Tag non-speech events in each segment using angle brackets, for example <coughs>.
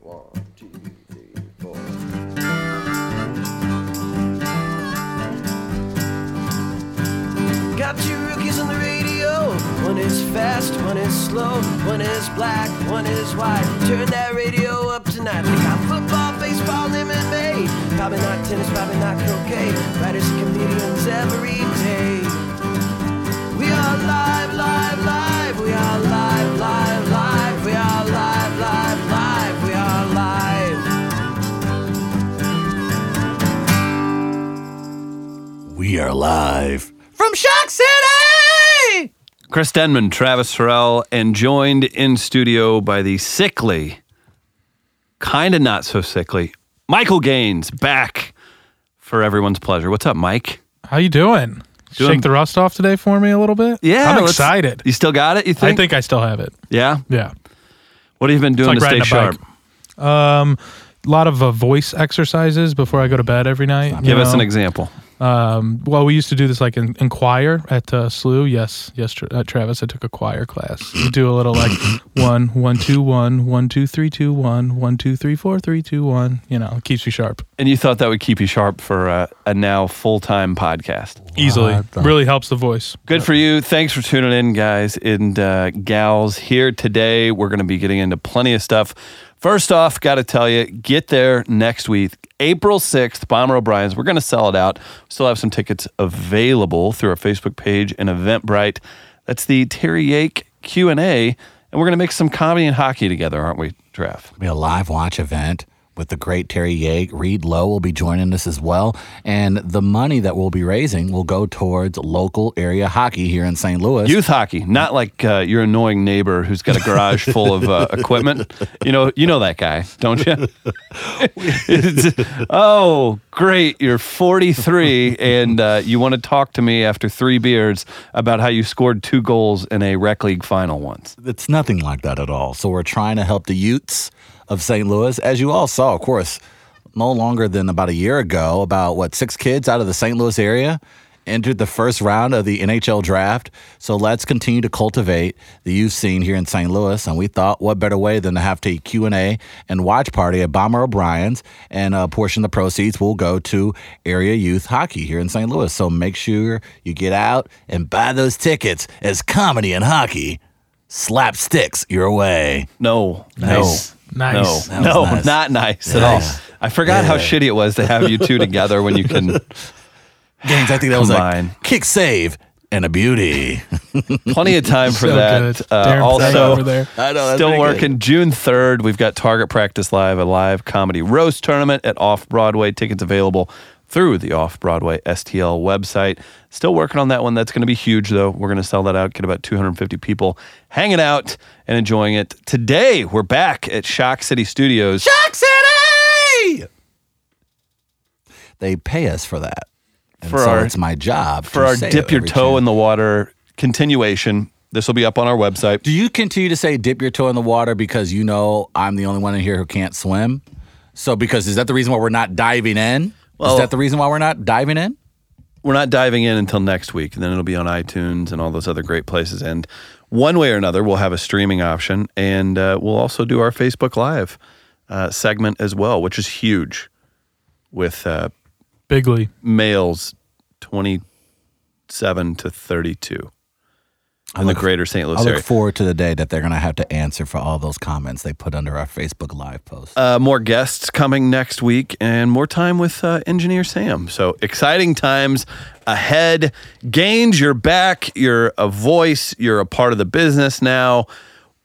One, two, three, four. Got two rookies on the radio. One is fast, one is slow. One is black, one is white. Turn that radio up tonight. They got football, baseball, and MMA. Probably not tennis, probably not croquet. Writers and comedians every day. We are live, live, live. We are live, live, live. We are live, live, live. We are live. We are live from Shock City! Chris Denman, Travis Sorrell, and joined in studio by the sickly, kind of not so sickly, Michael Gaines, back for everyone's pleasure. What's up, Mike? How you doing? Doing- Shake the rust off today for me a little bit. I'm let's- excited. You still got it, you I think? think I still have it. Yeah? Yeah, What have you been doing like to stay riding a sharp? bike. a lot of uh, voice exercises before I go to bed every night. you Give us know? an example. Well, we used to do this like in, in choir at uh, SLU. Yes, yes, tra- uh, Travis. I took a choir class. You do a little like <coughs> one, one, two, one, one, two, three, two, one, one, two, three, four, three, two, one. You know, it keeps you sharp And you thought that would keep you sharp for uh, a now full time podcast. easily. What the- Uh, Really helps the voice. Good for you. Thanks for tuning in, guys and uh, gals. Here today, we're going to be getting into plenty of stuff. First off, got to tell you, get there next week, April 6th, Bomber O'Brien's. We're going to sell it out. We still have some tickets available through our Facebook page and Eventbrite. That's the Terry Yake Q&A, and we're going to mix some comedy and hockey together, aren't we, Traff? be a live watch event with the great Terry Yake. Reed Lowe will be joining us as well. And the money that we'll be raising will go towards local area hockey here in St. Louis. Youth hockey, not like uh, your annoying neighbor who's got a garage full of uh, <laughs> equipment. You know, you know that guy, don't you? <laughs> It's- oh, great! You're 43, and uh, you want to talk to me after three beers about how you scored two goals in a rec league final once. it's nothing like that at all. So we're trying to help the youths of St. Louis. As you all saw, of course, no longer than about a year ago, about what, six kids out of the St. Louis area entered the first round of the NHL draft. So let's continue to cultivate the youth scene here in St. Louis. And we thought what better way than to have a Q&A and watch party at Bomber O'Brien's. And a portion of the proceeds will go to area youth hockey here in St. Louis. So make sure you get out and buy those tickets as comedy and hockey slapsticks your way. No, Nice. Nice. No, That was no, nice. not nice at all. I forgot how shitty it was to have you <laughs> two together when you can Gaines, I think that was Combine. like kick save and a beauty. plenty of time for so that. Uh, good. Darren Playton also, over there. I know, that's still pretty working. June third, we've got Target Practice Live, a live comedy roast tournament at Off Broadway. Tickets available through the Off Broadway STL website. Still working on that one. That's going to be huge, though. We're going to sell that out. Get about 250 people hanging out and enjoying it. Today, we're back at Shock City Studios. Shock City! They pay us for that. And For so our- it's my job for to our say it dip your every toe chance. in the water continuation. This will be up on our website. Do you continue to say dip your toe in the water because you know I'm the only one in here who can't swim? So because is that the reason why we're not diving in? Well- is that the reason why we're not diving in? we're not diving in until next week, and then it'll be on iTunes and all those other great places. And one way or another, we'll have a streaming option, and uh, we'll also do our Facebook Live uh, segment as well, which is huge with uh, Bigly. males 27 to 32 in the greater St. Louis I area. look forward to the day that they're going to have to answer for all those comments they put under our Facebook Live post. uh, more guests coming next week and more time with uh, engineer sam so exciting times ahead gaines you're back you're a voice you're a part of the business now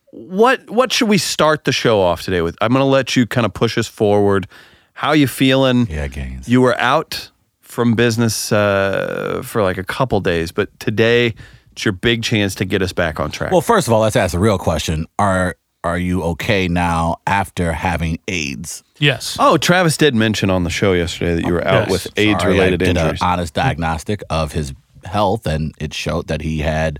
what what should we start the show off today with i'm gonna let you kind of push us forward how you feeling yeah, Gaines. you were out from business uh, for like a couple days but today it's your big chance to get us back on track Well, first of all, let's ask the real question: Are are you okay now after having AIDS? Yes. Oh, Travis did mention on the show yesterday that you were out Yes. with AIDS-related Sorry, I did injuries. An honest diagnostic of his health, and it showed that he had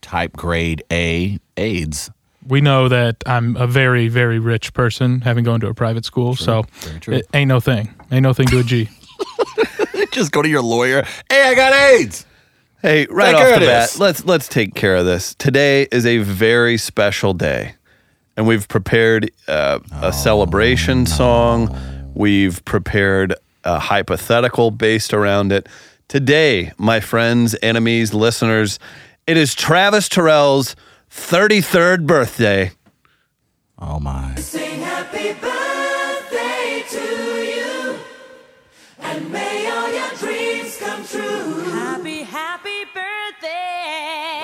type grade A AIDS. we know that I'm a very, very rich person, having gone to a private school. so true. it ain't no thing. Ain't no thing to a G. <laughs> Just go to your lawyer. Hey, I got AIDS. Hey, right Take care off of the bat, this. let's let's take care of this. Today is a very special day. and we've prepared uh, a celebration song. We've prepared a hypothetical based around it. Today, my friends, enemies, listeners, it is Travis Terrell's 33rd birthday. Oh my. Sing happy birthday to you. And may all your dreams come true. Happy, happy birthday.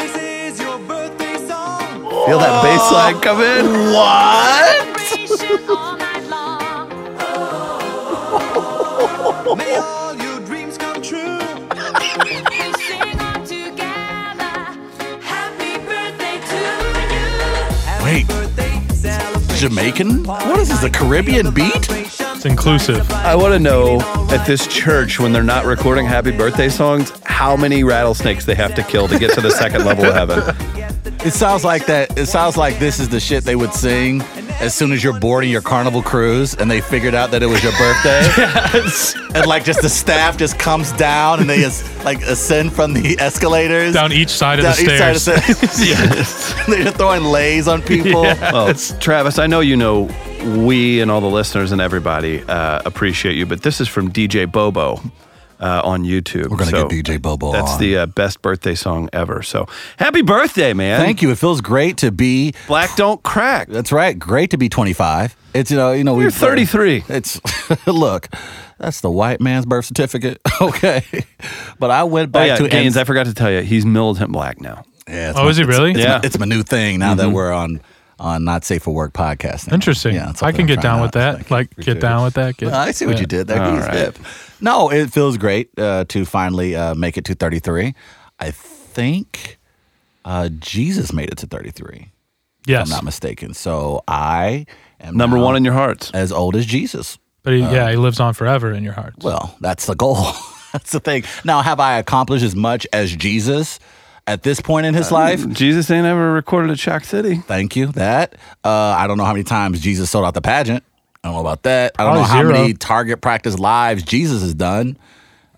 This is your birthday song. Feel that bass line come in? What? Celebration all night long. May all your dreams come true. We sing all together. Happy birthday to you. Wait, Birthday celebration. Jamaican? What is this, a Caribbean beat? It's inclusive. I want to know at this church when they're not recording happy birthday songs, how many rattlesnakes they have to kill to get to the second level of heaven. It sounds like that. It sounds like this is the shit they would sing as soon as you're boarding your carnival cruise and they figured out that it was your birthday. <laughs> And like just the staff just comes down and they just like ascend from the escalators. Down each side of down the stairs. side of the <laughs> stairs. <laughs> They're just throwing lays on people. Well, Travis, I know you know we and all the listeners and everybody uh, appreciate you, but this is from DJ Bobo uh, on YouTube. We're gonna get DJ Bobo That's on. the uh, best birthday song ever. So happy birthday, man! Thank you. It feels great to be. Black don't crack. That's right. Great to be 25. It's you know you know You're we're 33. It's <laughs> look. That's the white man's birth certificate. <laughs> Okay, but I went Oh back yeah, to Gaines. I forgot to tell you, he's militant black now. Yeah, it's Oh, my- is he it's- really? It's, Yeah. my, it's my new thing now that we're on on not safe for work podcasting. Mm-hmm. Interesting. that's I something can I'm get trying down with out. It's that. Like, get down with that. Get, I see what yeah. you did there. All He's right. hip. No, it feels great uh, to finally uh, make it to 33. I think uh, Jesus made it to 33. Yes, If I'm not mistaken. So I am Number now one in your hearts. as old as Jesus. but he, yeah, he lives on forever in your heart. Um, Well, that's the goal. <laughs> that's the thing. Now, have I accomplished as much as Jesus at this point in his life? Mm, Jesus ain't ever recorded at Shock City. Thank you. That uh, I don't know how many times Jesus sold out the pageant. I don't know about that. I don't know Probably how zero. many target practice lives Jesus has done.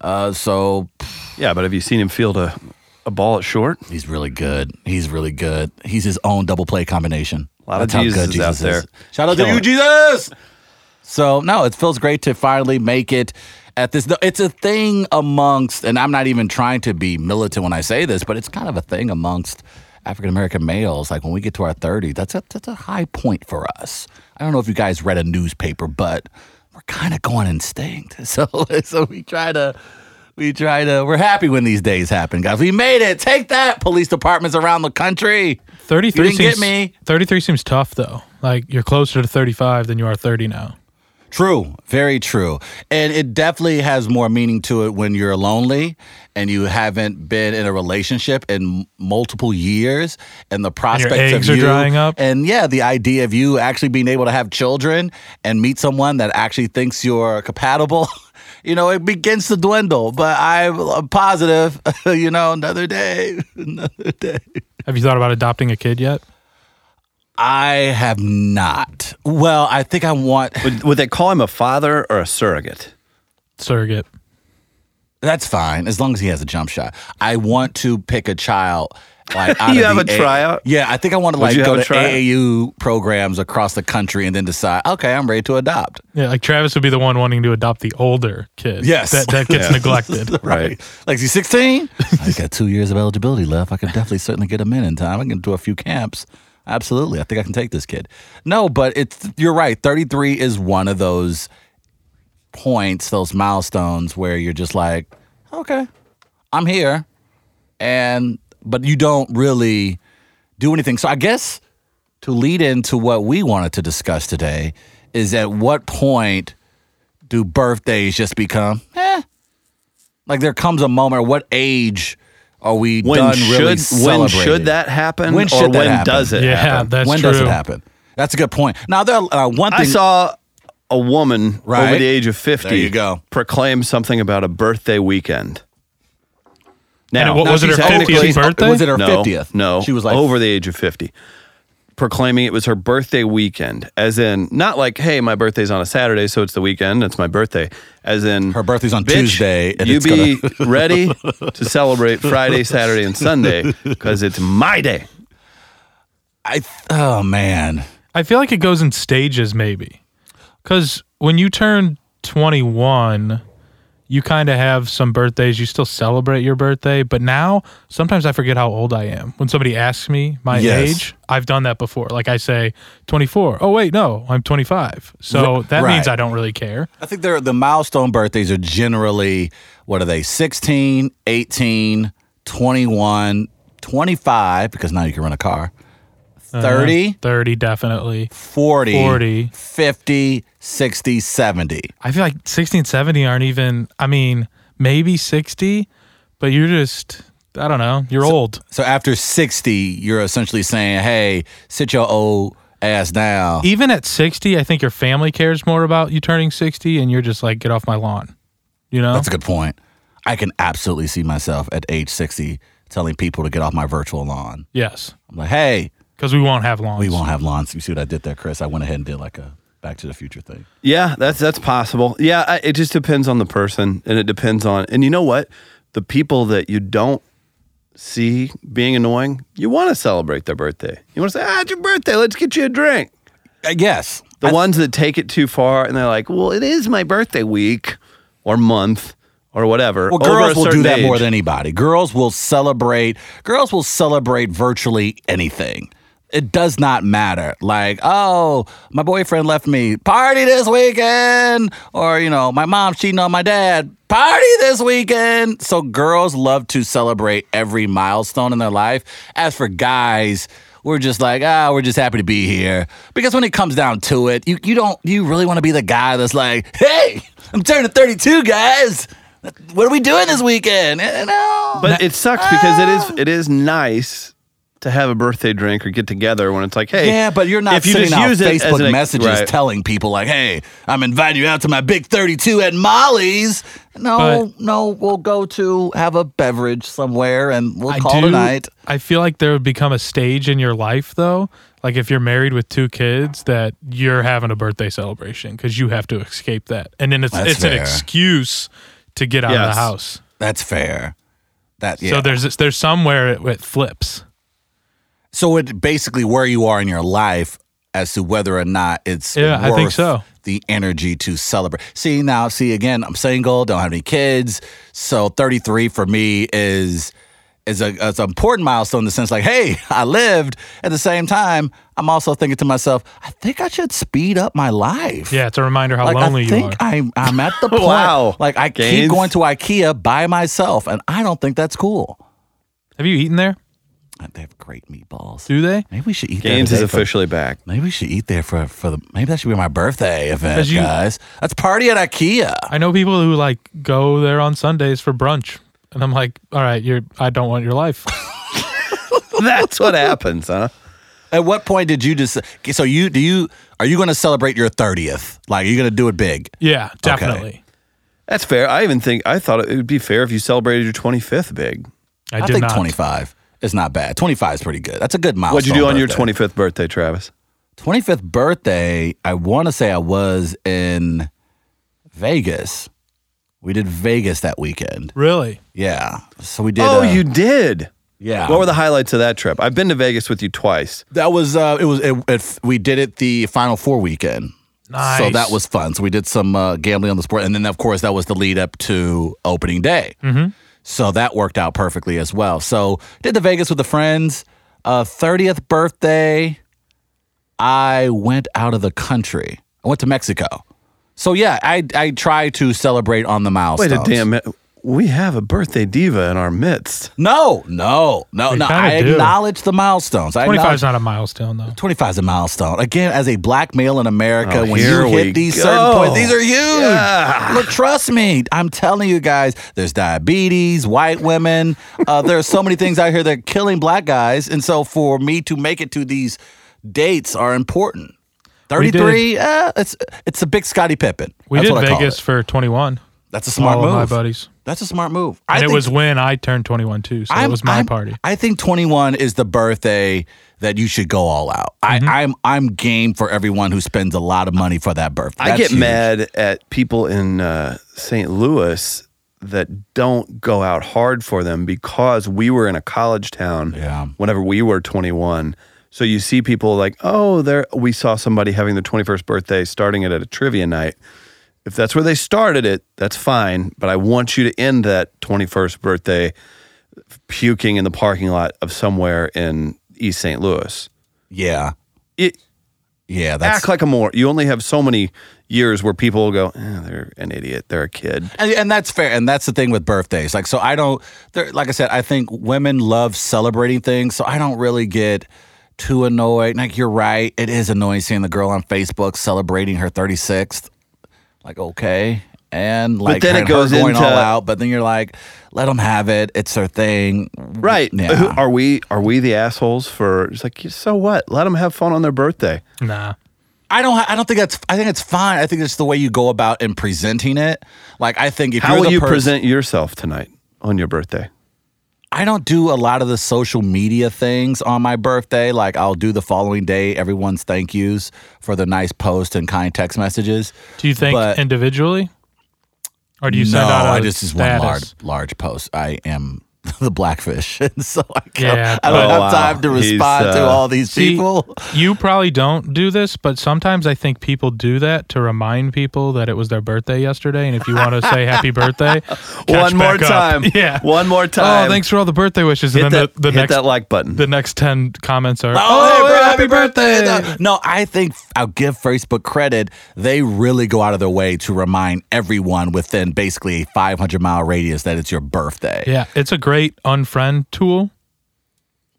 Uh, so Yeah, but have you seen him field a, a ball at short? he's really good. He's really good. He's his own double play combination. A lot of Jesuses out there. is. Shout out to Killing you, it. Jesus. So no, it feels great to finally make it at this. It's a thing amongst, and I'm not even trying to be militant when I say this, but it's kind of a thing amongst African American males. Like when we get to our 30s, that's a that's a high point for us. I don't know if you guys read a newspaper, but we're kind of going instinct. <laughs> So so we try to. We try to. We're happy when these days happen, guys. We made it. Take that, police departments around the country. Thirty-three You didn't get seems me. thirty-three seems tough though. Like you're closer to thirty-five than you are thirty now. True, very true. And it definitely has more meaning to it when you're lonely and you haven't been in a relationship in m- multiple years and the prospects eggs of are you drying up. And yeah, the idea of you actually being able to have children and meet someone that actually thinks you're compatible. <laughs> You know, it begins to dwindle, but I'm uh, positive, <laughs> you know, another day, <laughs> another day. Have you thought about adopting a kid yet? I have not. Well, I think I want, Would, would they call him a father or a surrogate? Surrogate. That's fine as long as he has a jump shot. I want to pick a child. <laughs> Like out You of have the a tryout? Yeah, I think I want to like you go have a to tryout? AAU programs across the country and then decide. Okay, I'm ready to adopt. Yeah, like Travis would be the one wanting to adopt the older kid. <laughs> Yes. that, that <laughs> gets neglected. Right. Like, is he 16? <laughs> I got two years of eligibility left. I could definitely certainly get him in in time. I can do a few camps. Absolutely. I think I can take this kid. No, but it's you're right. 33 is one of those points, those milestones where you're just like, okay, I'm here. And, but you don't really do anything. So I guess to lead into what we wanted to discuss today is at what point do birthdays just become, eh, like there comes a moment. What age are we When done should really when celebrating? should that happen? When or should that when happen? does it? Yeah, happen? that's when true. does it happen? That's a good point. Now there are, uh, one thing. I saw a woman over Right. the age of fifty. There you go. Proclaim something about a birthday weekend. Now, And what now was it, she's her technically- 50th birthday? Was it her no, 50th? No, She was like over the age of fifty, proclaiming it was her birthday weekend. As in, not like, hey, my birthday's on a Saturday, so it's the weekend. It's my birthday. As in, Her birthday's on bitch, Tuesday, and you it's be <laughs> ready to celebrate Friday, Saturday, and Sunday because it's my day. I oh man, I feel like it goes in stages, maybe. Because when you turn 21, you kind of have some birthdays. You still celebrate your birthday. But now, sometimes I forget how old I am. When somebody asks me my Yes. age, I've done that before. Like I say 24. Oh, wait, no, I'm 25. So R- that means right. I don't really care. I think they're, the milestone birthdays are generally what are they? 16, 18, 21, 25 because now you can rent a car. 30, 30, Uh-huh. definitely. 40, 40. 50, 60, 70. I feel like 60 and 70 aren't even, I mean, maybe 60, but you're just, I don't know, you're old. So after 60, you're essentially saying, "Hey, sit your old ass down." even at 60 i think your family cares more about you turning 60 and you're just like get off my lawn you know That's a good point. I can absolutely see myself at age 60 telling people to get off my virtual lawn. yes I'm like, "Hey, because we won't have lawns we won't have lawns." You see what I did there, Chris? I went ahead and did like a Back to the Future thing. Yeah, that's that's possible. Yeah, I, it just depends on the person, and it depends on, and you know what, the people that you don't see being annoying, you want to celebrate their birthday. You want to say, "Ah, it's your birthday. Let's get you a drink." I guess. The ones that take it too far and they're like, "Well, it is my birthday week, or month, or whatever." Well, over a girls will do certain that more age. than anybody. Girls will celebrate. Girls will celebrate virtually anything. It does not matter. Like, oh, my boyfriend left me. Party this weekend. Or, you know, my mom's cheating on my dad. Party this weekend. So girls love to celebrate every milestone in their life. As for guys, we're just like, ah, we're just happy to be here. Because when it comes down to it, you, you don't you really want to be the guy that's like, hey, I'm turning 32, guys. What are we doing this weekend? Eh, No. But it sucks because it is it is nice to have a birthday drink or get together when it's like, hey, yeah, but you're not if you sending just out use it as Facebook an ex- messages right. telling people like, "Hey, I'm inviting you out to my big 32 at Molly's." No, no, we'll go to have a beverage somewhere and we'll call it a night. I feel like there would become a stage in your life, though. Like if you're married with two kids, that you're having a birthday celebration because you have to escape that, and then it's That's it's an fair. excuse to get out of Yes. the house. That's fair. That yeah. So there's there's somewhere it, it flips. So it basically where you are in your life as to whether or not it's Yeah, I worth think so. the energy to celebrate. See now, see again, I'm single, don't have any kids, so 33 for me is is a is an important milestone in the sense like, hey, <laughs> I lived. At the same time, I'm also thinking to myself, I think I should speed up my life. Yeah, it's a reminder how Like lonely I you think are. I'm I'm at <laughs> the point. Wow. Like I Gaines. keep going to IKEA by myself, and I don't think that's cool. have you eaten there? They have great meatballs. Do they? Maybe we should eat. there Gaines is today for- officially back. Maybe we should eat there for for the. Maybe that should be my birthday event, As you- guys. Let's party at IKEA. I know people who like go there on Sundays for brunch, and I'm like, all right, you're. I don't want your <laughs> life. <laughs> That's what happens, huh? At what point did you just? So you do you are you going to celebrate your thirtieth? Like are you going to do it big? yeah, definitely. That's fair. I even think I thought it would be fair if you celebrated your 25th big. I, did think not. twenty five is not bad. Twenty five is pretty good. That's a good milestone. What'd you do on your 25th birthday, Travis? twenty fifth birthday? I want to say I was in Vegas. We did Vegas that weekend. Really? Yeah, so we did. oh, uh, you did. yeah. What were the highlights of that trip? I've been to Vegas with you twice. That was uh, it was it, it, we did it the Final Four weekend. So Nice. that was fun. So we did some uh, gambling on the sport, and then of course that was the lead up to opening day. Mm-hmm. So that worked out perfectly as well. So did the Vegas with the friends. uh, Thirtieth birthday, I went out of the country. I went to Mexico. So yeah, I I try to celebrate on the Wait milestones. a damn minute. We have a birthday diva in our midst. No, no, no, We no. I kinda do. acknowledge the milestones. I 25 acknowledge- is not a milestone though. 25 is a milestone. Again, as a black male in America, Oh, when here you we hit these go. certain points, these are huge. Yeah. Look, trust me, I'm telling you guys, there's diabetes, white women. Uh, there are so many things out here that are killing black guys. And so for me to make it to these dates are important. We did- 33, uh, it's it's a big Scotty Pippen. We That's did what I call Vegas it. for 21. That's a smart all move. of my buddies, That's a smart move. and it think- was when I turned 21 too. So it was my party. I think 21 is the birthday that you should go all out. Mm-hmm. I, I'm I'm game for everyone who spends a lot of money for that birthday. I That's get huge. mad at people in uh, St. Louis that don't go out hard for them because we were in a college town Yeah. whenever we were 21. So you see people like, oh, there we saw somebody having their 21st birthday starting it at a trivia night. If that's where they started it, that's fine, but I want you to end that 21st birthday puking in the parking lot of somewhere in East St. Louis. Yeah. It, Yeah. That's act like a more. You only have so many years where people will go, eh, they're an idiot, they're a kid. and, and that's fair and that's the thing with birthdays like so i don't there like i said i think women love celebrating things so i don't really get too annoyed like you're right it is annoying seeing the girl on facebook celebrating her 36th like okay and like then her- it goes her going into- all out but then you're like let them have it it's their thing Right. Yeah. Who- Are we are we the assholes for it's like so what? Let them have fun on their birthday. Nah. i don't i don't think that's i think it's fine i think it's the way you go about in presenting it like i think if How you're will the you person- present yourself tonight on your birthday? I don't do a lot of the social media things on my birthday. Like I'll do the following day everyone's thank yous for the nice post and kind text messages. Do you think But- individually? Or do you no, send out a I just is one status? large large post. I am <laughs> the blackfish, <laughs> and so I, can't, Yeah. I don't Oh, have wow. time to He's, respond to uh, all these See, people. you probably don't do this, but sometimes I think people do that to remind people that it was their birthday yesterday. And if you want to say <laughs> happy birthday, catch One more back up. time. <laughs> <laughs> Yeah. One more Oh, time. thanks for all the birthday wishes. And Hit then that, the, the hit next that like button. the next ten comments are "Oh, Oh, hey, bro, happy birthday. No, I think I'll give Facebook credit. They really go out of their way to remind everyone within basically a 500 mile radius that it's your birthday. Yeah, it's a great unfriend tool.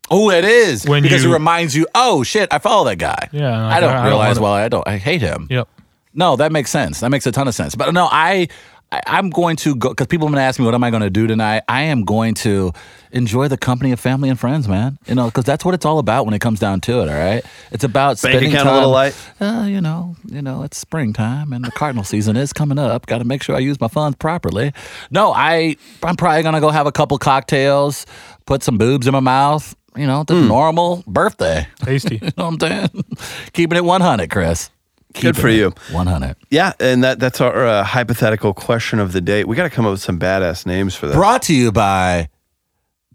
Oh, it is When because you- it reminds you. Oh shit, I follow that guy. Yeah, like, I don't I don't realize. wanna- well, I don't. I hate him. Yep. No, that makes sense. That makes a ton of sense. But no, I, I I'm going to go because people have been asking me what am I going to do tonight. I am going to enjoy the company of family and friends, man. You know, because that's what it's all about when it comes down to it. All right, it's about Bank spending account a time, little light? Uh, you know, you know, it's springtime and the cardinal season is coming up. Got to make sure I use my funds properly. No, I I'm probably going to go have a couple cocktails, put some boobs in my mouth. You know, the Hmm. normal birthday. <laughs> Tasty. You know what I'm saying? <laughs> Keeping it 100, Chris. Good Keeping for it you. 100. yeah, and that that's our uh, hypothetical question of the day. We got to come up with some badass names for that. Brought to you by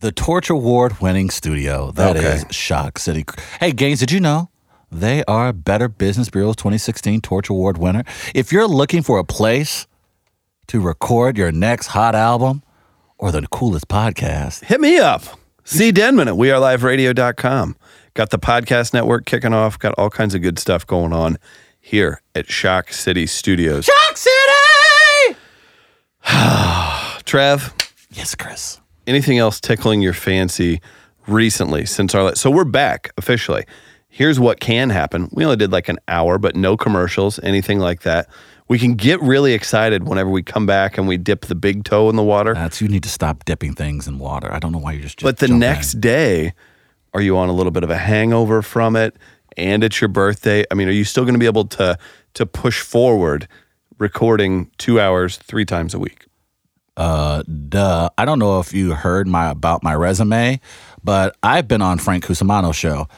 the Torch Award winning studio. that is Okay. Shock City. Hey, Gaines, did you know? They are Better Business Bureau's 2016 Torch Award winner. If you're looking for a place to record your next hot album or the coolest podcast, hit me up. See Denman at weareliveradio.com. Got the podcast network kicking off. Got all kinds of good stuff going on here at Shock City Studios. <sighs> Shock City! Trev, Yes, Chris. anything else tickling your fancy recently since our last? So we're back officially. Here's what can happen. We only did like an hour, but no commercials, anything like that. We can get really excited whenever we come back and we dip the big toe in the water. That's you need to stop dipping things in water. I don't know why you're just. But the jumping in. next day, are you on a little bit of a hangover from it? And it's your birthday. I mean, are you still going to be able to to push forward recording two hours three times a week? duh. I don't know if you heard my about my resume, but I've been on Frank Cusimano's show.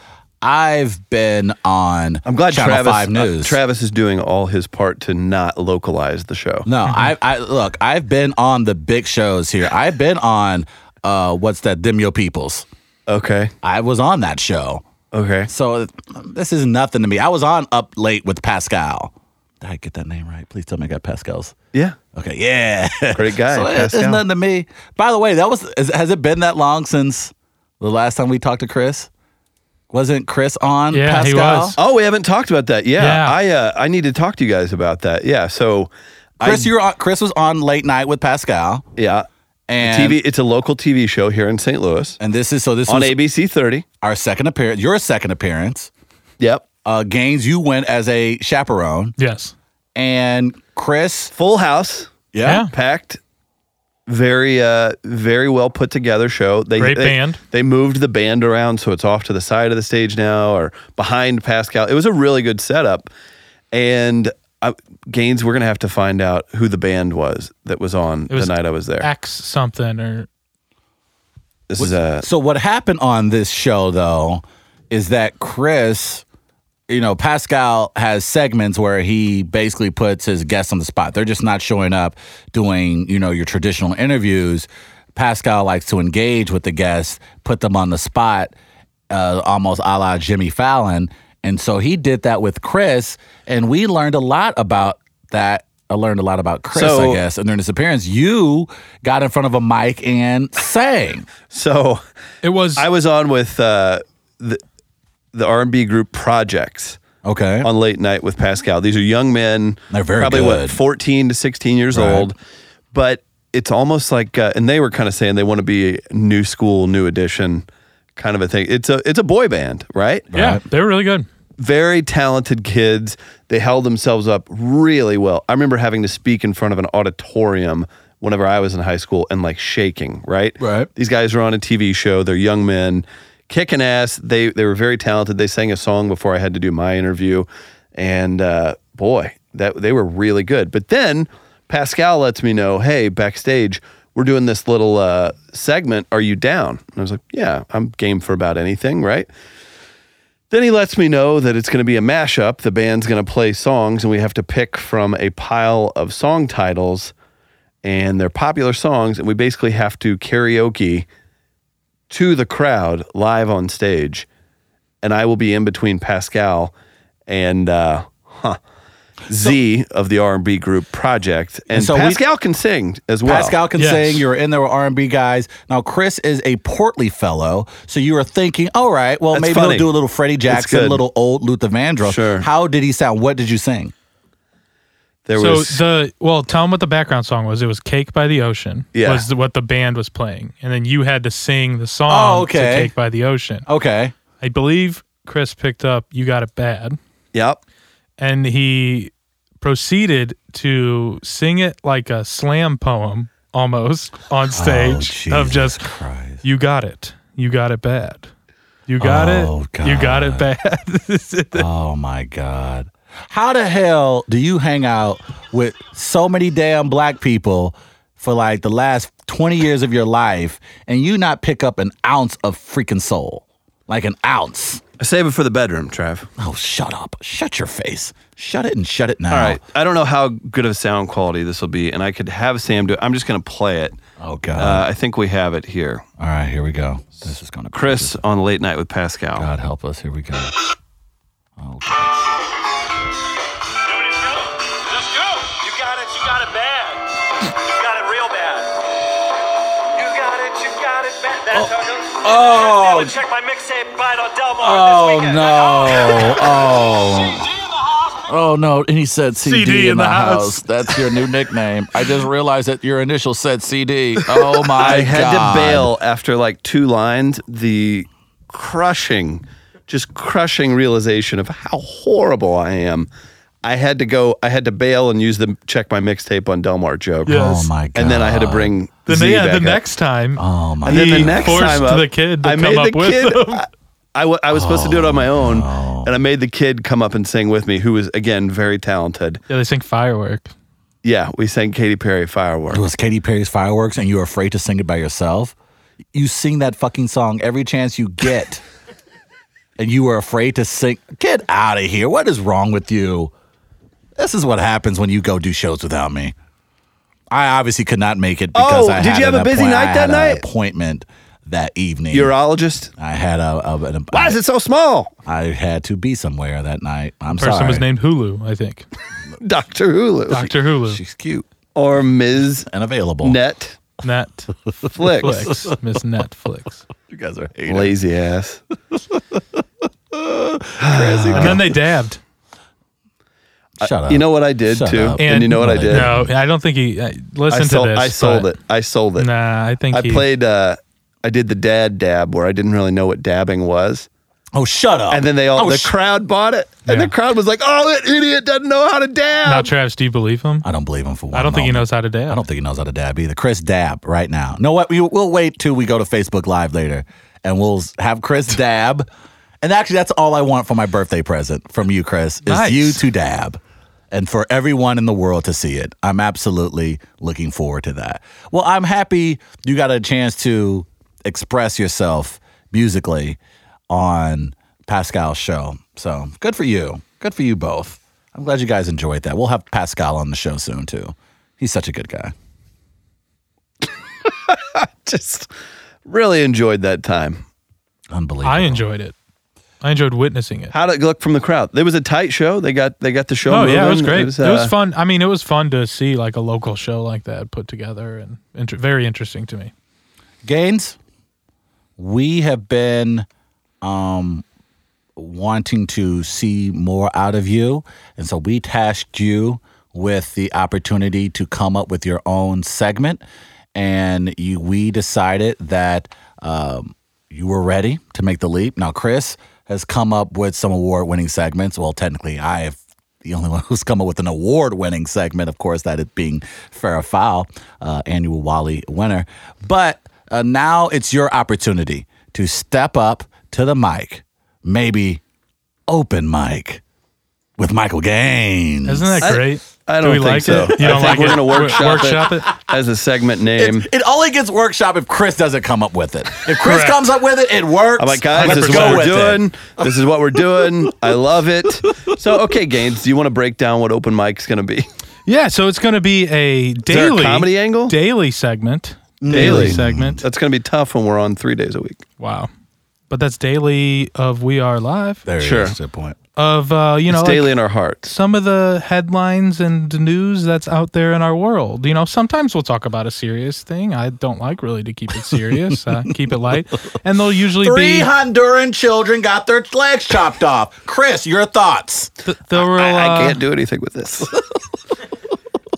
I've been on I'm glad Channel Travis Five uh, News. Travis is doing all his part to not localize the show. <laughs> no, I, I look. I've been on the big shows here. I've been on uh, what's that? Them Yo Peoples. Okay, I was on that show. okay. So this is nothing to me. I was on Up Late with Pascal. Did I get that name right? Please tell me I got Pascal's. Yeah, Okay, yeah. <laughs> Great guy, so it- it's Pascal. nothing to me. By the way, that was is, has it been that long since the last time we talked to Chris? Wasn't Chris on? Yeah, he Pascal? was. Oh, we haven't talked about that. Yeah, Yeah. I uh, I need to talk to you guys about that. Yeah, so Chris, I, you were on, Chris was on late night with Pascal yeah and TV. It's a local TV show here in St. Louis And this is so this on was ABC thirty. our second appearance. Your second appearance. Yep, Uh, Gaines, you went as a chaperone, yes. and Chris. Full House. Yeah. packed very uh very well put together show they Great they- band. they moved the band around so it's off to the side of the stage now or behind pascal it was a really good setup and I, gaines we're gonna have to find out who the band was that was on was the night i was there X something or this is uh So what happened on this show though is that Chris, you know, Pascal has segments where he basically puts his guests on the spot. They're just not showing up doing, you know, your traditional interviews. Pascal likes to engage with the guests, put them on the spot. uh, almost a la Jimmy Fallon. And so he did that with Chris, and we learned a lot about that. I learned a lot about Chris, So- I guess. And during his appearance, you got in front of a mic and sang. So It was I was on with uh, the the R and B group Projects <laughs> Okay. on late night with Pascal. These are young men. They're very probably what good. fourteen to sixteen years Right. old, but it's almost like uh, and they were kind of saying they want to be new school, new edition kind of a thing. It's a it's a boy band, right? yeah, they were really good. very talented kids. They held themselves up really well. I remember having to speak in front of an auditorium whenever I was in high school and like shaking, right? Right. These guys are on a TV show, they're young men, kicking ass. They they were very talented. They sang a song before I had to do my interview. And uh, boy, that they were really good. But then Pascal lets me know, hey, backstage, we're doing this little uh, segment. Are you down? And I was like, yeah, I'm game for about anything, right? Then he lets me know that it's going to be a mashup. The band's going to play songs, and we have to pick from a pile of song titles, and they're popular songs, and we basically have to karaoke to the crowd live on stage. And I will be in between Pascal and uh, huh, Z of the R and B group Project, and, so we- Pascal can sing as well. Pascal can Yes. sing. You were in there with R&B guys. Now Chris is a portly fellow, so you were thinking, all right, well That's maybe funny. he'll do a little Freddie Jackson, a good. little old Luther Vandross. Sure. How did he sound? What did you sing? there So was the well, tell them what the background song was. It was "Cake by the Ocean." Yeah. was the, what the band was playing, and then you had to sing the song. Oh, okay. To "Cake by the Ocean." Oh. Okay. I believe Chris picked up "You Got It Bad," yep. and he proceeded to sing it like a slam poem, almost Oh, on stage Jesus of just Christ. "You got it, you got it bad, you got Oh, it, you got it bad." <laughs> Oh my God. How the hell do you hang out with so many damn black people for like the last 20 years of your life and you not pick up an ounce of freaking soul? Like an ounce. I save it for the bedroom, Trav. Oh, shut up. Shut your face. Shut it and shut it now. All right. I don't know how good of sound quality this will be, and I could have Sam do it. I'm just going to play it. Oh, God. Uh, I think we have it here. All right, here we go. This is going to Chris on Late Night with Pascal. God help us. Here we go. Oh, Let's go. You got it. You got it bad. You got it real bad. You got it. You got it bad. That's how it goes. Oh. Just check my mixtape right on Delmar this Oh weekend. no! Oh, She's in the hospital. oh no! And he said CD, CD in, in the, the house. house. That's your new nickname. I just realized that your initial <laughs> said CD. Oh my I had God. to bail after like two lines. The crushing, just crushing realization of how horrible I am. I had to go. I had to bail and use the check my mixtape on Delmar joke. Yes. Oh my God! And then I had to bring Then Z yeah, back the up. next time. Oh my And then He the next forced time up, the kid to I come made up the with Oh. kid. them. I I wa- I was supposed to do it on my own, and I made the kid come up and sing with me, who was again very talented. yeah, they sing "Firework." Yeah, we sang Katy Perry "Fireworks." It was Katy Perry's fireworks, and you were afraid to sing it by yourself. You sing that fucking song every chance <laughs> you get, and you were afraid to sing. Get out of here! What is wrong with you? This is what happens when you go do shows without me. I obviously could not make it Oh, because I did had you have an a busy appoint- I night that had an night? appointment that evening. Urologist. I had a, a an, Why is it so small? I had to be somewhere that night. I'm Person sorry. was named Hulu, <laughs> I think. Doctor Hulu Doctor Hulu. She's cute or Ms. and available. Net Netflix. Flicks. Miss Netflix. You guys are haters. Lazy ass. And then they dabbed. Shut up. You know what I did Shut too, up. and, you know what I did? No, I don't think he. Uh, listen I sold, to this. I sold but- it. I sold it. Nah, I think I he, played. Uh, I did the dad dab where I didn't really know what dabbing was. Oh, shut up. And then they all Oh, the sh- crowd bought it, and Yeah. the crowd was like, "Oh, that idiot doesn't know how to Now, <laughs> dab." Travis, do you believe him? I don't believe him for one. I don't think he moment. knows how to dab. I don't think he knows how to dab either. Chris dab right now. No, what? We, we'll wait till we go to Facebook Live later, and we'll s- have Chris <laughs> dab. And actually, that's all I want for my birthday present from you, Chris. Is Nice. you to dab, and for everyone in the world to see it. I'm absolutely looking forward to that. Well, I'm happy you got a chance to express yourself musically on Pascal's show. So good for you. Good for you both. I'm glad you guys enjoyed that. We'll have Pascal on the show soon too. He's such a good guy. Just really enjoyed that time. Unbelievable. I enjoyed it. I enjoyed witnessing it. How did it look from the crowd? It was a tight show. They got they got the show. Oh yeah, it was moving. great. It was, uh, fun. I mean, it was fun to see like a local show like that put together and inter- very interesting to me. Gaines, we have been um, wanting to see more out of you. And so we tasked you with the opportunity to come up with your own segment. And you, we decided that um, you were ready to make the leap. Now, Chris has come up with some award winning segments. Well, technically, I have the only one <laughs> who's come up with an award winning segment, of course, that it being Farrah Fowl, uh, annual Wally winner. But uh, now it's your opportunity to step up to the mic, maybe open mic with Michael Gaines. Isn't that great? I Do don't we think like so. it? You I don't think like we're it? gonna Wor- workshop it. workshop it. as a segment name. It's- it only gets workshop if Chris doesn't come up with it. If Chris comes up with it, it works. I'm like, uh, guys, Let's this is go what we're with it. doing. This is what we're doing. I love it. So, okay, Gaines, do you want to break down what open mic's going to be? <laughs> Yeah, so it's going to be a there a daily comedy angle? daily segment, Daily. segment. That's going to be tough when we're on three days a week. Wow, but that's daily of We Are Live There Sure. it is. Good point. of uh, you know It's like, daily in our hearts. some of the headlines and news that's out there in our world. You know, sometimes we'll talk about a serious thing. I don't like really to keep it <laughs> serious, uh, keep it light, and they'll usually Three be Honduran children got their legs chopped off. Chris, your thoughts? th- there will I, I uh, can't do anything with this.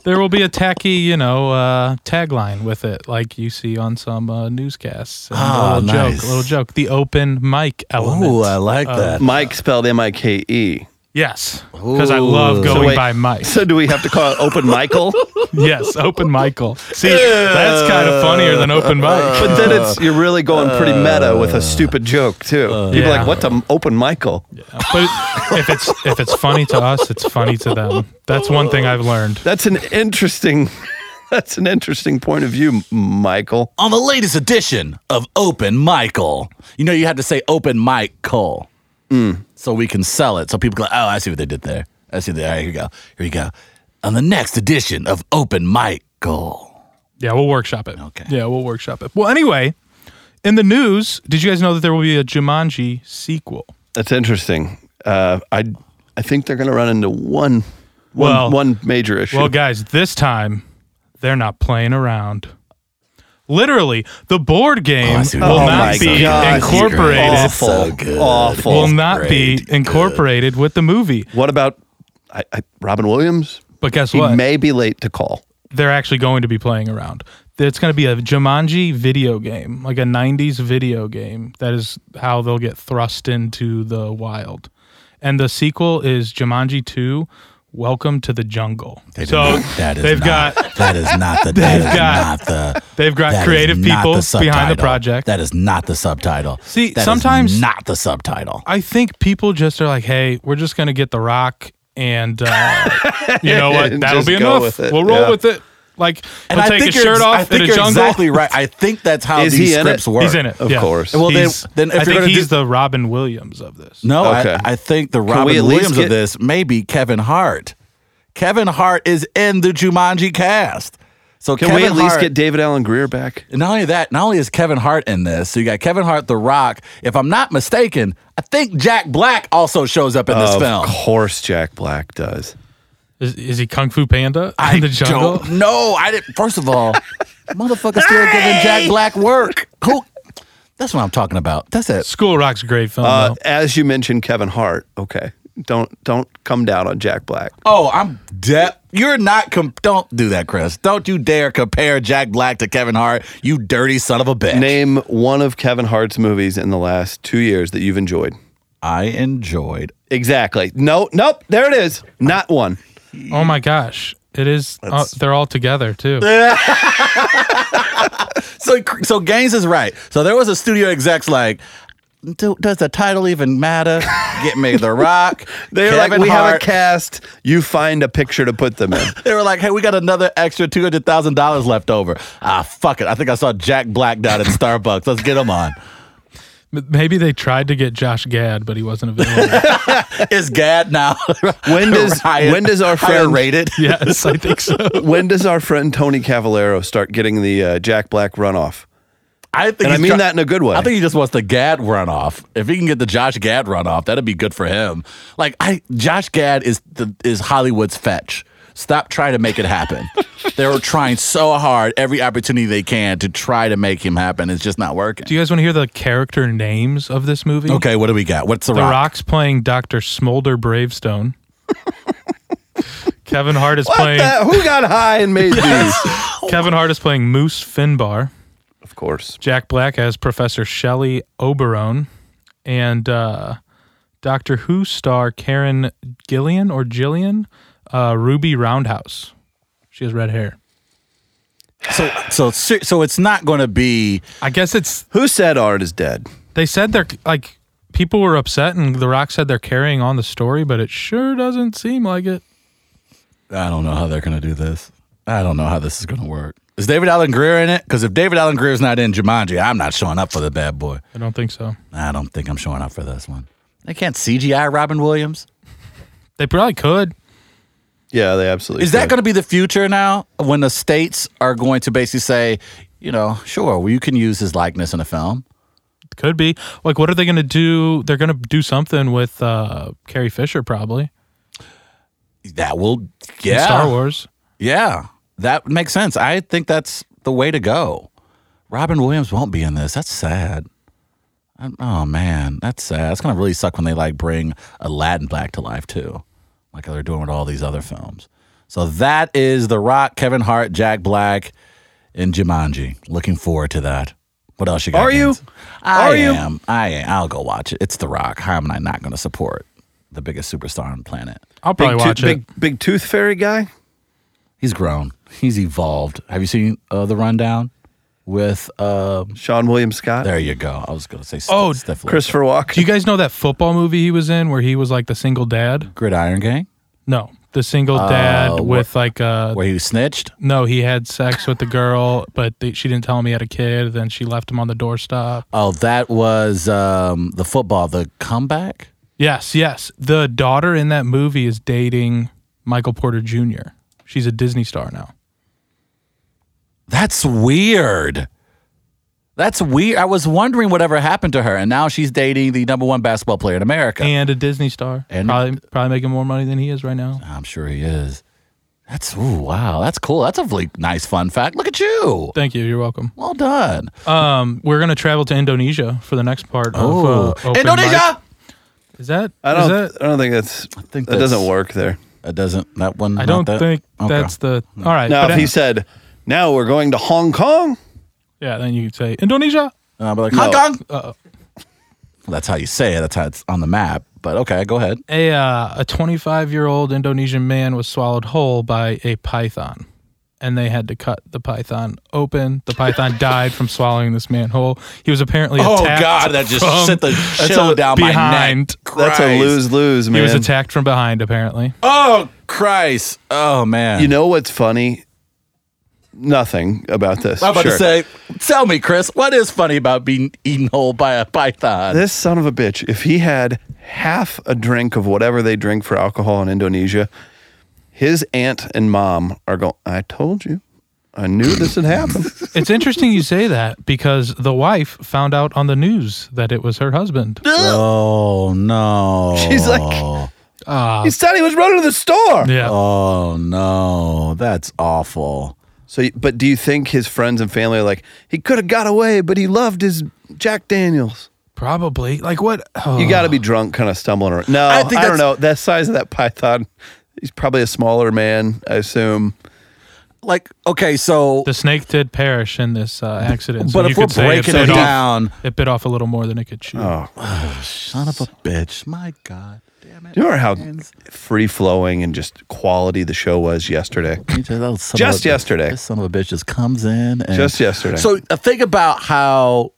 there will be a tacky you know uh, tagline with it, like you see on some uh, newscasts. And Ah, a little nice. joke, a little joke. The open mic element. Ooh, I like that. Mike spelled M I K E. Yes, because I love Ooh. going wait, by <laughs> Mike. So, do we have to call it Open Michael? yes, open Michael. See, that's kind of funnier than open mic. But then Uh, it's you're really going pretty meta with a stupid joke too. People are Yeah. like, "What's an open Michael?" But if it's if it's funny to us, it's funny to them. That's one thing I've learned. That's an interesting. <laughs> That's an interesting point of view, Michael. On the latest edition of Open Michael, you know you had to say Open Mike Cole, so we can sell it. So people go, oh, I see what they did there. I see. The, all right, here you go. Here you go. On the next edition of Open Michael. Oh, Yeah, we'll workshop it. Okay. Yeah, we'll workshop it. Well, anyway, in the news, did you guys know that there will be a Jumanji sequel? That's interesting. Uh, I I think they're going to run into one one Well- one major issue. Well, guys, this time they're not playing around. Literally, the board game I see what will you oh mean. not my be god, incorporated. Awful, So good. awful. Will not be Great. incorporated with the movie. what about I, I, Robin Williams? But guess He what? may be late to call. they're actually going to be playing around. It's going to be a Jumanji video game, like a 90s video game. That is how they'll get thrust into the wild. And the sequel is Jumanji 2 Welcome to the Jungle. They did so not- that is they've not, got that is <laughs> not the that is got- not the they've got that is creative not people the behind the subtitle. project. That is not the subtitle. See, That is sometimes- not the subtitle. I think people just are like, "Hey, we're just going to get the rock and uh, you know what? And That'll just be go enough. with it, We'll roll yeah. with it." Like, And he'll I take think his you're, shirt off I in think a you're jungle. <laughs> exactly right. I think that's how Is these he in it? scripts work. He's in it, Of yeah. course. Well, then- He's- then if I you're think gonna he's do- the Robin Williams of this. No, Okay. I, I think the we Robin at least Williams get- of this may be Kevin Hart. Kevin Hart is in the Jumanji cast. So Can Kevin we at least Hart, get David Allen Greer back? Not only that, not only is Kevin Hart in this, so you got Kevin Hart, The Rock. If I'm not mistaken, I think Jack Black also shows up in this of film. course, Jack Black does. Is, is he Kung Fu Panda in I the jungle? don't know. I didn't. First of all, motherfucker still giving Jack Black work. Who? That's what I'm talking about. That's it. School Rock's a great film. Uh, though. as you mentioned, Kevin Hart. Okay, don't don't come down on Jack Black. Oh, I'm dead. You're not. Com- don't do that, Chris. Don't you dare compare Jack Black to Kevin Hart. You dirty son of a bitch. Name one of Kevin Hart's movies in the last two years that you've enjoyed. I enjoyed. Exactly. No, nope. There it is. Not one. Oh my gosh, it is. Uh, they're all together too. So, so Gaines is right. So there was a studio exec's like. "Do- Does the title even matter? Get me <laughs> The Rock. They're like, Kevin we have a Hart." cast. You find a picture to put them in. They were like, hey, we got another extra two hundred thousand dollars left over. Ah, fuck it. I think I saw Jack Black down at Starbucks. Let's get him on. M- Maybe they tried to get Josh Gad, but he wasn't available. <laughs> Is Gad now? <laughs> <laughs> When <laughs> does- when does our higher friend- <laughs> rated? yes, I think so. when does our friend Tony Cavallero start getting the uh, Jack Black runoff? I think And I he's mean that in a good way. I think he just wants the Gad runoff. If he can get the Josh Gad runoff, that'd be good for him. Like I, Josh Gad is the, is Hollywood's fetch. Stop trying to make <laughs> it happen. They're trying so hard every opportunity they can to try to make him happen. It's just not working. Do you guys want to hear the character names of this movie? okay, what do we got? What's the, The rock? Rock's playing Dr. Smolder Bravestone. <laughs> Kevin Hart is What playing the- who got high and <laughs> made these? Kevin Hart is playing Moose Finbar. Of course. Jack Black as Professor Shelley Oberon, and uh, Doctor Who star Karen Gillian or Gillian uh, Ruby Roundhouse. She has red hair. So so ser- so it's not going to be I guess it's Who said art is dead? they said they're like people were upset, and The Rock said they're carrying on the story, but it sure doesn't seem like it. I don't know how they're going to do this. I don't know how this is going to work. Is David Allen Greer in it? Because if David Allen Greer's not in Jumanji, I'm not showing up for the bad boy. I don't think so. I don't think I'm showing up for this one. They can't CGI Robin Williams. They probably could. Yeah, they absolutely. Is that going to be the future now? When the states are going to basically say, you know, sure, well, you can use his likeness in a film. Could be. Like, what are they going to do? They're going to do something with uh, Carrie Fisher, probably. That will, in yeah, Star Wars. yeah, that makes sense. I think that's the way to go. Robin Williams won't be in this. That's sad. i oh man, that's sad. That's gonna really suck when they like bring Aladdin back to life too, like they're doing with all these other films. So that is The Rock, Kevin Hart, Jack Black, and Jumanji. Looking forward to that. What else you got? Are you? Gaines? I Are you? am. I am. I'll go watch it. It's The Rock. How am I not going to support the biggest superstar on the planet? I'll probably big, watch tooth- it. big big tooth fairy guy? He's grown. He's evolved. Have you seen uh, the rundown with? Uh, Sean William Scott? there you go. I was going to say. St- Oh, Stifler. Christopher Walken. Do you guys know that football movie he was in where he was like the single dad? Gridiron Gang, No, the single Uh, dad wh- with like uh where he was snitched. no, he had sex with the girl, but the, she didn't tell him he had a kid. Then she left him on the doorstep. Oh, that was um, the football, the comeback. Yes, yes. The daughter in that movie is dating Michael Porter Jr. She's a Disney star now. That's weird. That's weird. I was wondering whatever happened to her, and now she's dating the number one basketball player in America. And a Disney star. And- probably, probably making more money than he is right now. I'm sure he is. That's ooh, wow. That's cool. That's a really nice fun fact. Look at you. Thank you. You're welcome. Well done. Um, we're going to travel to Indonesia for the next part. Oh, Of, uh, open Indonesia. mic. Is that? I don't Is that, I don't think that's think that that's- doesn't work there. That doesn't. That one. I not don't that- think Okay. that's the. All right. Now but- if he said, "Now we're going to Hong Kong." yeah, then you could say Indonesia. And I'll be like No. Hong Kong. That's how you say it. That's how it's on the map. But okay, go ahead. A uh, a 25 year old Indonesian man was swallowed whole by a python, and they had to cut the python open. The <laughs> python died from swallowing this man whole. He was apparently Oh, attacked from <laughs> chill down behind. That's a lose lose, He man. was attacked from behind, apparently. Oh Christ! Oh man! You know what's funny? Nothing about this. I'm about sure. to say, tell me, Chris, what is funny about being eaten whole by a python? this son of a bitch, if he had half a drink of whatever they drink for alcohol in Indonesia, his aunt and mom are going, I told you. I knew this would happen. It's interesting you say that because the wife found out on the news that it was her husband. Oh no! <laughs> She's like, he said he was running to the store. Yeah. oh no, that's awful. So, but do you think his friends and family are like, he could have got away, but he loved his Jack Daniels? Probably. Like what? Oh. You got to be drunk, kind of stumbling around. No, I I, think don't that's- know. That size of that python, he's probably a smaller man, I assume. Like, okay, so The snake did perish in this uh, accident. so But you if we're could say breaking bit it off- down- Oh, it bit off a little more than it could chew. son of a bitch! My God, damn it! Do you remember how free flowing and just quality the show was yesterday? Just yesterday. This son of a bitch just comes in. And Just yesterday. So uh, think about how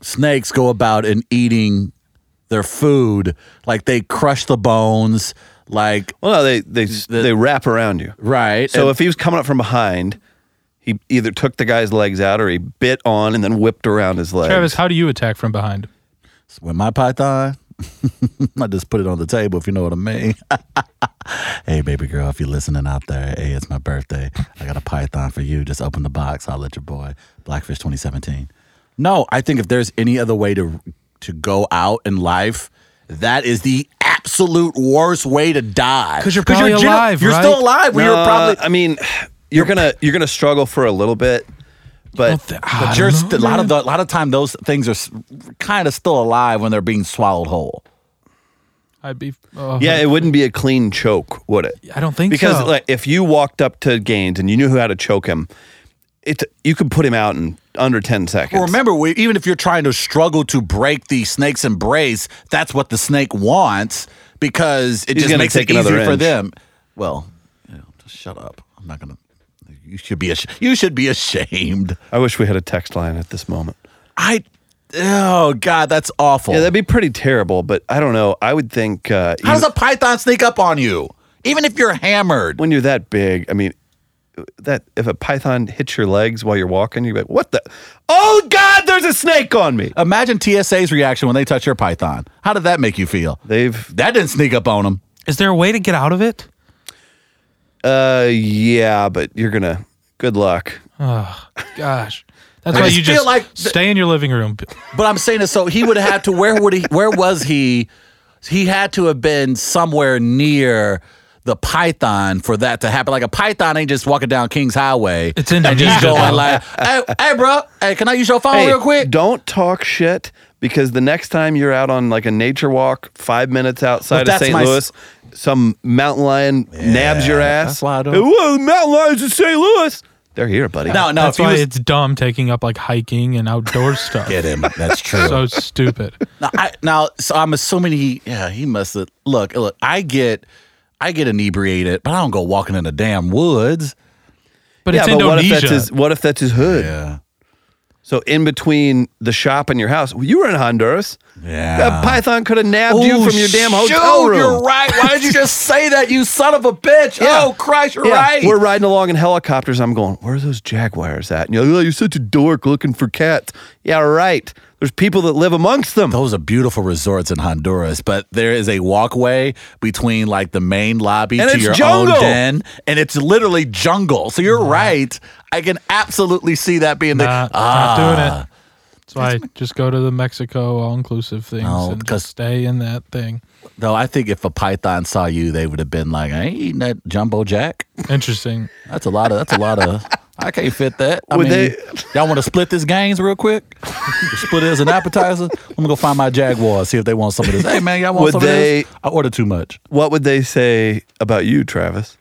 snakes go about in eating their food. Like they crush the bones. Like Well, no, they they they wrap around you. right. So and- if he was coming up from behind, he either took the guy's legs out or he bit on and then whipped around his legs. Travis, how do you attack from behind? with my python, <laughs> I just put it on the table if you know what I mean. <laughs> hey, baby girl, if you're listening out there, hey, it's my birthday. I got a python for you. Just open the box. I'll let your boy Blackfish 2017. No, I think if there's any other way to to go out in life, that is the absolute worst way to die. 'Cause you're probably gener- alive, You're right? still alive. We were Uh, probably. I mean, you're gonna you're gonna struggle for a little bit, but But But you're st- a lot of the, a lot of time those things are kind of still alive when they're being swallowed whole. I'd be. Uh, Uh-huh. yeah, it wouldn't be a clean choke, would it? I don't think because so. like if you walked up to Gaines and you knew how to choke him, it you could put him out in under ten seconds. Well, remember, we, even if you're trying to struggle to break the snake's embrace, that's what the snake wants because it He's just gonna makes it take another easier for inch. them. Well, you know, just shut up. I'm not gonna. You should be. Ash- you should be ashamed. I wish we had a text line at this moment. I. Oh God, that's awful. Yeah, that'd be pretty terrible. But I don't know. I would think uh, How you- does a python sneak up on you? Even if you're hammered. when you're that big, I mean, that if a python hits your legs while you're walking, you're like, what the? Oh God, there's a snake on me. Imagine TSA's reaction when they touch your python. How did that make you feel? They've That didn't sneak up on them. Is there a way to get out of it? uh yeah, but you're gonna good luck. Gosh, that's I why just you feel just like th- stay in your living room. But I'm saying this so he would have to where would he where was he? He had to have been somewhere near the python for that to happen. Like a python ain't just walking down King's Highway. It's <laughs> and just Indonesia, going <laughs> though. like, hey, hey, bro, hey, can I use your phone Hey, Oh, real quick? Don't talk shit because the next time you're out on like a nature walk, five minutes outside of that's St. my s- Louis, some mountain lion nabs your ass. that's why I don't- Hey, whoa, mountain lions in St. Louis. They're here, buddy. No, no, that's if he why was, it's dumb taking up like hiking and outdoor stuff. <laughs> get him. That's true. so stupid. Now, I, now, so I'm assuming he, yeah, he must have. Look, look, I get, I get inebriated, but I don't go walking in the damn woods. But yeah, it's but what if that's Indonesia. his? What if that's his hood? Yeah, So in between the shop and your house, well, you were in Honduras. yeah. A python could have nabbed you from your damn hotel Oh, shoot, room. You're right. Why did you <laughs> just say that, you son of a bitch? Yeah. Oh Christ, you're Yeah, right. We're riding along in helicopters. I'm going, where's those jaguars at? And you're like, oh, you're such a dork looking for cats. Yeah, right. There's people that live amongst them. those are beautiful resorts in Honduras, but there is a walkway between like the main lobby And to it's your jungle. own den, and it's literally jungle. So you're right. I can absolutely see that being the Nah, ah. not doing it. So I just go to the Mexico all inclusive things No, and because- just stay in that thing. No, I think if a python saw you, they would have been like, "I ain't eating that jumbo jack. Interesting. That's a lot of. That's a lot <laughs> of. I can't fit that. I Would mean, they- y'all want to split this gains real quick? <laughs> split it as an appetizer. I'm gonna go find my jaguar see if they want some of this. Hey man, y'all want Would some they- of this? I ordered too much. What would they say about you, Travis?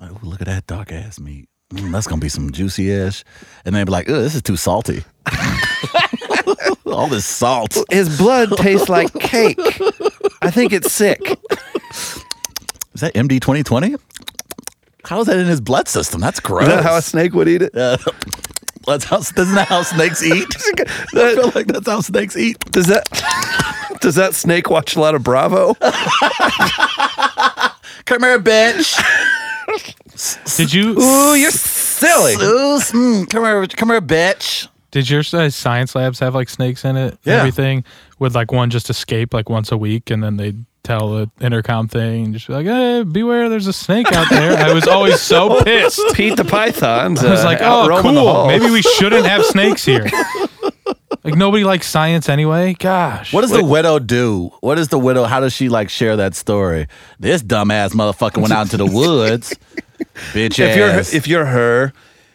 Like, Ooh, look at that dark ass meat. Mm, that's gonna be some juicy ass. And they'd be like, "Ugh, this is too salty. <laughs> All this salt. His <laughs> blood tastes like cake. I think it's sick. Is that MD 2020? How is that in his blood system? That's gross. Is that how a snake would eat it? That's how. Isn't that how snakes eat? I feel like that's how snakes eat. <laughs> Does that does that snake watch a lot of <laughs> Bravo? Come here, bitch. Did you? Ooh, you're silly. Zeus, mm, come here, come here, bitch. Did your uh, science labs have like snakes in it? and Yeah. Everything would like one just escape like once a week, and then they'd tell the intercom thing and just be like, "Hey, beware! There's a snake out there." I was always <laughs> so pissed. Pete the Python's. uh, uh, I was like, "Oh, cool. Maybe Maybe we shouldn't have snakes <laughs> here." like nobody likes science anyway. Gosh. What does the widow do? What does the widow? How does she like share that story? This dumbass motherfucker went out into the woods, <laughs> bitch if you're ass. if you're her,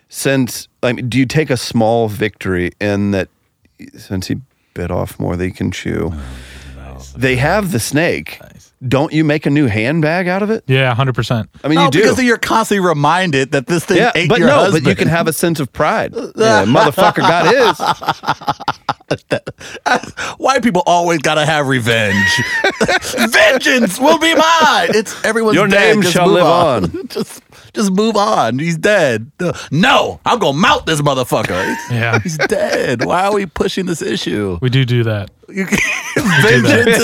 since I mean, do you take a small victory in that since he bit off more than he can chew? Oh, They have the snake. Don't you make a new handbag out of it? Yeah, hundred percent. I mean, no, you do. because you're constantly reminded that this thing yeah, ate but your no, husband. but you can have a sense of pride. Yeah, motherfucker got his. <laughs> White people always gotta have <laughs> revenge. Vengeance will be mine. It's everyone's Your dead. name Just shall move live <laughs> just, just move on. He's dead. Uh, No, I'm gonna mount this <laughs> motherfucker. He's, Yeah. he's dead. Why are we pushing this issue? We do do that. You can, vengeance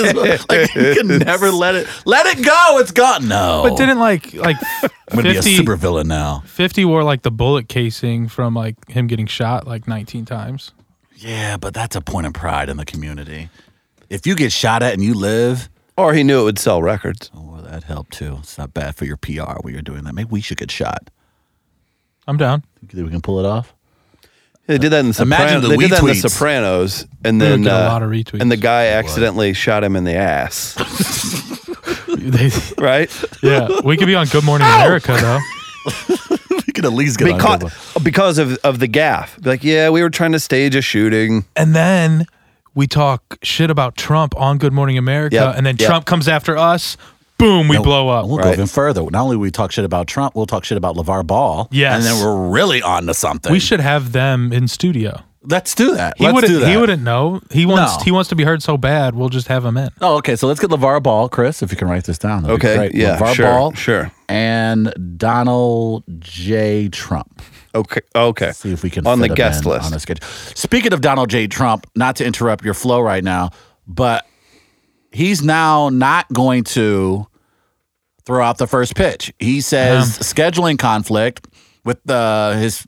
<laughs> is like you can never let it let it go. It's gone. No, But didn't like like I'm gonna be a 50, super villain now. 50 wore like the bullet casing from like him getting shot like 19 times. Yeah, but that's a point of pride in the community. If you get shot at and you live, Or he knew it would sell records. oh, that helped too. It's not bad for your PR when you're doing that. Maybe we should get shot. I'm down. You think we can pull it off? <laughs> They did that in the Imagine Sopranos. the They did that in the retweets. Sopranos, and We would then get a uh, lot of retweets. and the guy accidentally shot him in the ass. <laughs> They- Right? yeah, we could be on Good Morning America though. we could at least get on good because one. because of of the gaff. Like, yeah, we were trying to stage a shooting. And then we talk shit about Trump on Good Morning America, Yep, and then yep. Trump comes after us. Boom, we No, blow up. We'll go Right. even further. Not only we talk shit about Trump, we'll talk shit about LeVar Ball. Yes. And then we're really on to something. We should have them in studio. Let's do that. He Let's do wouldn't. that. He wouldn't know. He wants. No. He wants to be heard so bad. We'll just have him in. Oh, okay. So let's get LeVar Ball, Chris, if you can write this down. that'd be Okay, great. yeah, LeVar sure, Ball. sure. And Donald J. Trump. Okay, okay. See if we can on the fit him guest in list. On the schedule. Speaking of Donald J. Trump, not to interrupt your flow right now, but he's now not going to throw out the first pitch. He says scheduling conflict with uh, his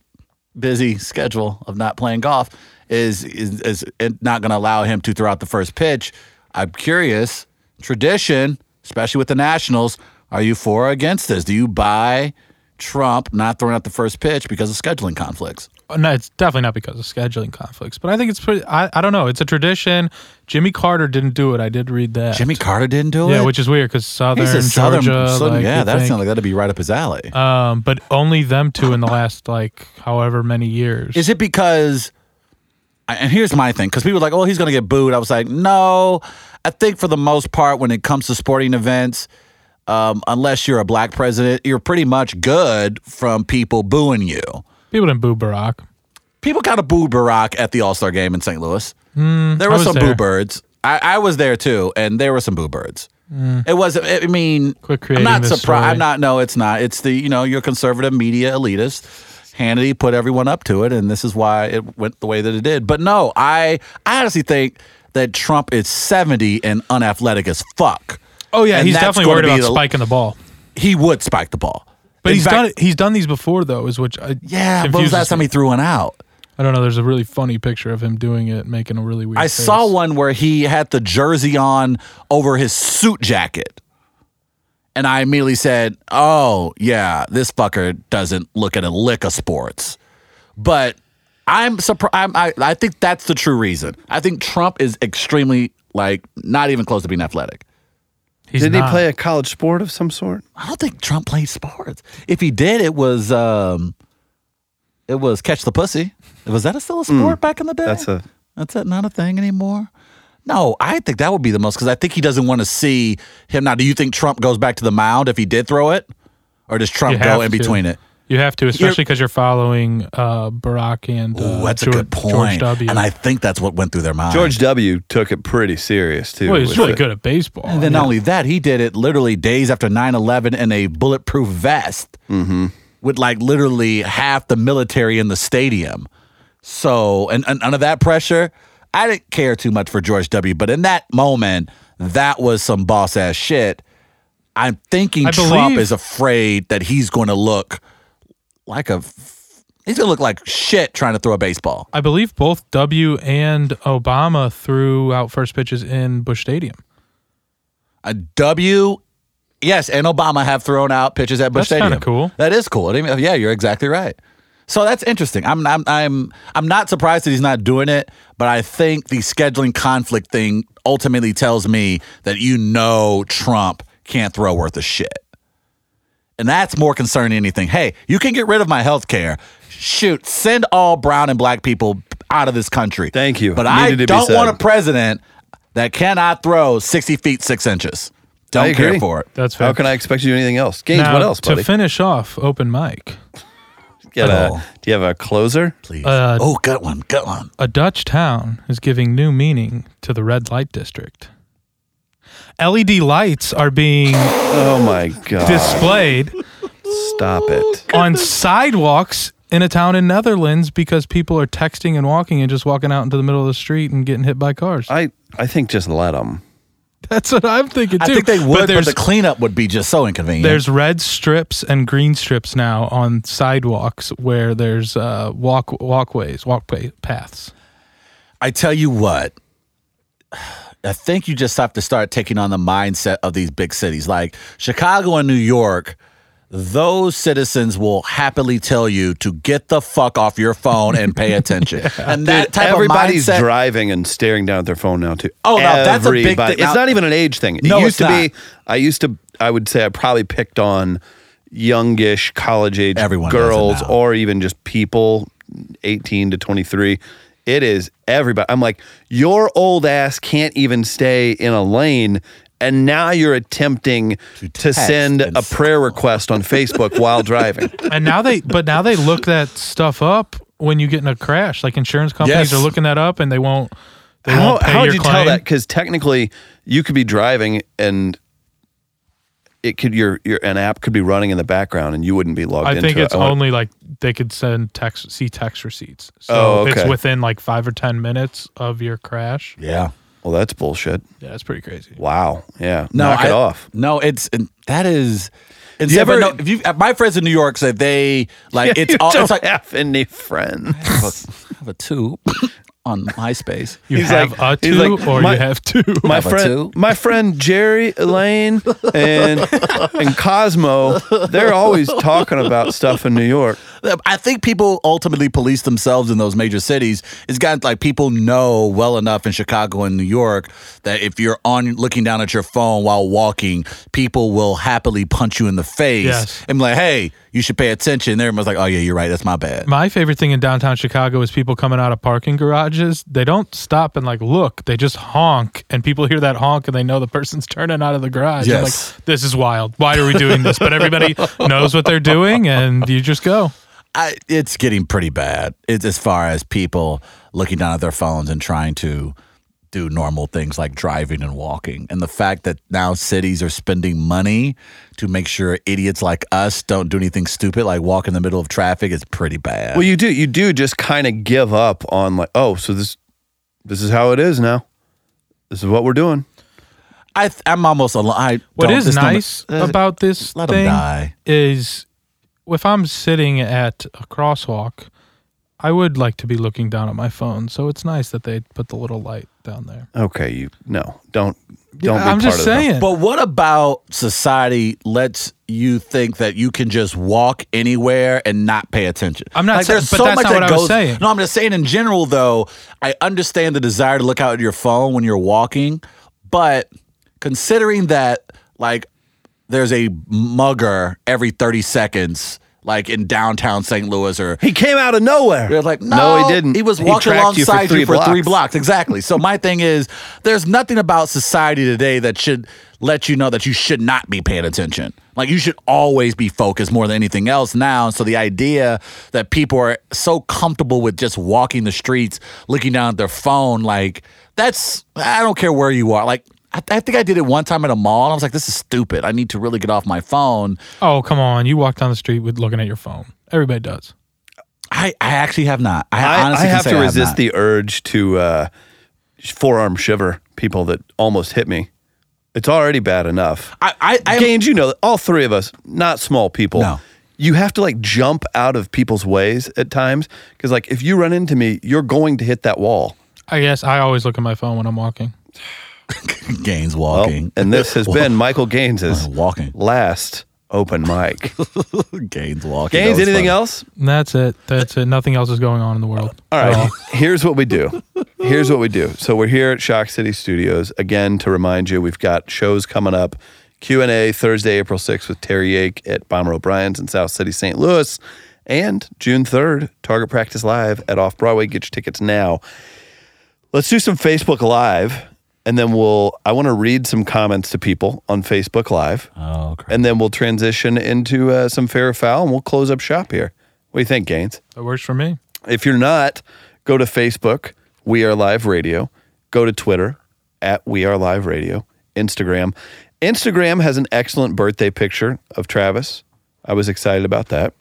busy schedule of not playing golf is is, is not going to allow him to throw out the first pitch. I'm curious. Tradition, especially with the Nationals, are you for or against this? Do you buy Trump not throwing out the first pitch because of scheduling conflicts? Uh, No, it's definitely not because of scheduling conflicts. But I think it's pretty. I, I don't know. It's a tradition. Jimmy Carter didn't do it. I did read that. Jimmy Carter didn't do Yeah, it. which is weird because southern he's a Georgia. southern, southern like, yeah, you that think- sounds like that'd be right up his alley. Um, but only them two in the last like however many years. Is it because? I- And here's my thing, because people were like, "Oh, he's going to get booed." I was like, "No, I think for the most part, when it comes to sporting events, um, unless you're a black president, you're pretty much good from people booing you." People didn't boo Barack. People kind of booed Barack at the All Star game in St. Louis. there Hmm, I were was some there. boo birds. I, I was there too, and there were some boo birds. It was. I I mean, Hmm. Quit I'm creating not this surprised. I'm story. not. No, it's not. It's the you know your conservative media elitist. Hannity put everyone up to it, and this is why it went the way that it did. But no, I I honestly think that Trump is 70 and unathletic as fuck. Oh yeah, And he's that's definitely gonna worried be about the- spiking the ball. He would spike the ball, But In he's fact- done it. He's done these before though, is which I Yeah, when was confuses the last time me. he threw one out? I don't know. There's a really funny picture of him doing it, making a really weird. I face. saw one where he had the jersey on over his suit jacket. And I immediately said, Oh, yeah, this fucker doesn't look at a lick of sports. But I'm surprised. I'm, I, I think that's the true reason. I think Trump is extremely, like, not even close to being athletic. He's did not. he play a college sport of some sort? I don't think Trump played sports. If he did, it was. um it was catch the pussy. Was that a still a sport back in the day? Hmm. That's a That's it, not a thing anymore. No, I think that would be the most because I think he doesn't want to see him now. Do you think Trump goes back to the mound if he did throw it, or does Trump You go have in to. between it? You have to, especially because you're following uh, Barack and uh, Ooh, that's George, a good point. George W. And I think that's what went through their mind. George W. took it pretty serious too. well, he's with really it. good at baseball. And then not only that, he did it literally days after 9-11 in a bulletproof vest Mm-hmm. with like literally half the military in the stadium. So, and, and under that pressure, I didn't care too much for George W. But in that moment, that was some boss ass shit. I'm thinking I Trump believe- is afraid that he's going to look like a f- he's going to look like shit trying to throw a baseball. I believe both W and Obama threw out first pitches in Bush Stadium. a W. Yes, and Obama have thrown out pitches at That's Bush Stadium. kinda cool. That is cool. I mean, yeah, you're exactly right. So that's interesting. I'm, I'm, I'm, I'm not surprised that he's not doing it, but I think the scheduling conflict thing ultimately tells me that you know Trump can't throw worth a shit. And that's more concerning than anything. Hey, you can get rid of my health care. Shoot, send all brown and black people out of this country. Thank you. But It I needed to be don't said. want a president that cannot throw 60 feet, six inches. I Don't care agree. for it. That's fair. How can I expect you to do anything else? Gaines, Now, what else, buddy? To finish off open mic, Get Oh. a, do you have a closer? Please. Uh, oh, gut one, gut one. a Dutch town is giving new meaning to the red light district. LED lights are being Oh my God! displayed <laughs> Stop it! on sidewalks in a town in Netherlands because people are texting and walking and just walking out into the middle of the street and getting hit by cars. I I think just let them. <laughs> That's what I'm thinking too. I think they would, but, there's the cleanup would be just so inconvenient. there's red strips and green strips now on sidewalks where there's uh, walk walkways, walkway paths. I tell you what, I think you just have to start taking on the mindset of these big cities like Chicago and New York. those citizens will happily tell you to get the fuck off your phone and pay <laughs> attention. And that type Everybody's of mindset. driving and staring down at their phone now too. Oh, now that's a big Everybody- thing. It's Now- not even an age thing. It No, used it's to be. I used to. I would say I probably picked on youngish college age Everyone does it girls now. or even just people, eighteen to twenty three. It is everybody. I'm like, your old ass can't even stay in a lane. And now you're attempting to, text send and a prayer request on Facebook while <laughs> driving. and now they but now they look that stuff up when you get in a crash. Like insurance companies Yes. are looking that up and they won't they How, won't pay how your would you claim. tell that? Because technically, you could be driving and it could your your an app could be running in the background and you wouldn't be logged I into think it. Oh, it's want- only like they could send text see text receipts. So Oh, it's okay. within like five or ten minutes of your crash. yeah. well, that's bullshit. Yeah, that's pretty crazy. Wow. Yeah. Knock I- it off. No, it's and that is. And You so- ever- but no, if you, my friends in New York say they like <laughs> <laughs> it's you all, don't it's like I have any friends. have a- I have a two <coughs> on MySpace. You He's have like- a he's two like, or my- you have two. My Have a two? friend, my friend Jerry, Elaine, and and Cosmo, they're always talking about stuff in New York. I think people ultimately police themselves in those major cities. It's gotten like people know well enough in Chicago and New York that if you're on looking down at your phone while walking, people will happily punch you in the face Yes. and be like, "Hey, you should pay attention." Everyone's like, "Oh yeah, you're right. That's my bad." My favorite thing in downtown Chicago is people coming out of parking garages. They don't stop and like look. They just honk, and people hear that honk, and they know the person's <laughs> turning out of the garage. I'm Yes. like this is wild. Why are we doing this? But <laughs> everybody knows what they're doing, and you just go. I, it's getting pretty bad it's, as far as people looking down at their phones and trying to do normal things like driving and walking. And the fact that now cities are spending money to make sure idiots like us don't do anything stupid, like walk in the middle of traffic, is pretty bad. Well, you do. You do just kind of give up on like, oh, so this this is how it is now. This is what we're doing. I, th- I'm almost alone. I What don't- is it's not- nice about this let 'em thing die. is if I'm sitting at a crosswalk, I would like to be looking down at my phone. So it's nice that they put the little light down there. Okay, you no, don't don't. be I'm part just of them. saying. But what about society lets you think that you can just walk anywhere and not pay attention? I'm not saying- there's but that's not what I was saying. No, I'm just saying in general, though, I understand the desire to look out at your phone when you're walking, but considering that, like, there's a mugger every 30 seconds, like in downtown St. Louis or He came out of nowhere. they're like, no, no, he didn't. He was walking tracked alongside you for, three blocks. Exactly. So my thing is, there's nothing about society today that should let you know that you should not be paying attention. Like you should always be focused more than anything else now. So the idea that people are so comfortable with just walking the streets, looking down at their phone, like that's I don't care where you are. Like I, I think I did it one time at a mall. And I was like, this is stupid. I need to really get off my phone. oh, come on. You walk down the street with looking at your phone. Everybody does. I, I actually have not. I, I, I honestly can have say to I resist not. the urge to uh, forearm shiver people that almost hit me. It's already bad enough. I, I, I am- Gaines, you know, that all three of us, not small people. No. You have to like jump out of people's ways at times because, like, if you run into me, you're going to hit that wall. I guess I always look at my phone when I'm walking. Gaines Well, walking. and this <laughs> has been Michael Gaines's Walking. last open mic. <laughs> Gaines walking. Gaines, That was anything funny. else? And that's it. That's it. Nothing else is going on in the world. All right. <laughs> Here's what we do. Here's what we do. So we're here at Shock City Studios again to remind you we've got shows coming up. Q and A Thursday, April 6th with Terry Yake at Bomber O'Brien's in South City, St. Louis, and June 3rd Target Practice Live at Off Broadway. Get your tickets now. Let's do some Facebook Live, and then we'll. I want to read some comments to people on Facebook Live, Oh, crap. and then we'll transition into uh, some fair or foul, and we'll close up shop here. What do you think, Gaines? That works for me. If you're not, go to Facebook, We Are Live Radio. Go to Twitter, at We Are Live Radio. Instagram. Instagram has an excellent birthday picture of Travis. I was excited about that.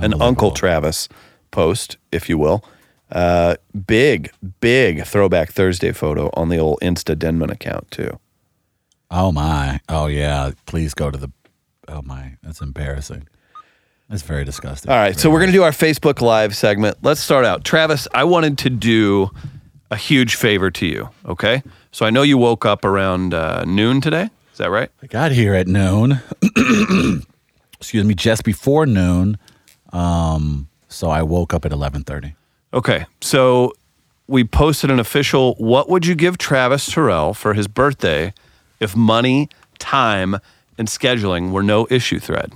An Uncle Travis post, if you will. Uh, big, big throwback Thursday photo on the old Insta Denman account, too. Oh my. Oh yeah. Please go to the. Oh my. That's embarrassing. That's very disgusting. All right, so we're going to do our Facebook Live segment. Let's start out. Travis, I wanted to do a huge favor to you, okay? So I know you woke up around uh, noon today. Is that right? I got here at noon. <clears throat> excuse me, just before noon. Um, so I woke up at 11:30. Okay, so we posted an official what would you give Travis Terrell for his birthday if money, time, and scheduling were no issue thread?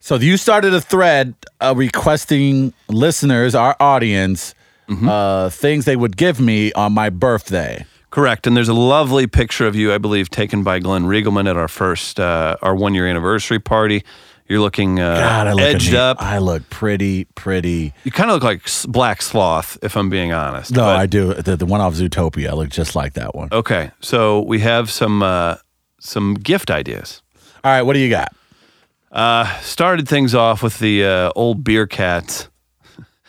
So you started a thread uh, requesting listeners, our audience, Mm-hmm. uh, things they would give me on my birthday. Correct. And there's a lovely picture of you, I believe, taken by Glenn Riegelman at our first, uh, our one year anniversary party. You're looking uh, God, I look edged neat- up. I look pretty, pretty. you kind of look like s- Black Sloth, if I'm being honest. No, but- I do. The, the one off Zootopia, I look just like that one. Okay, so we have some uh, some gift ideas. All right, what do you got? Started things off with the uh, old beer cats.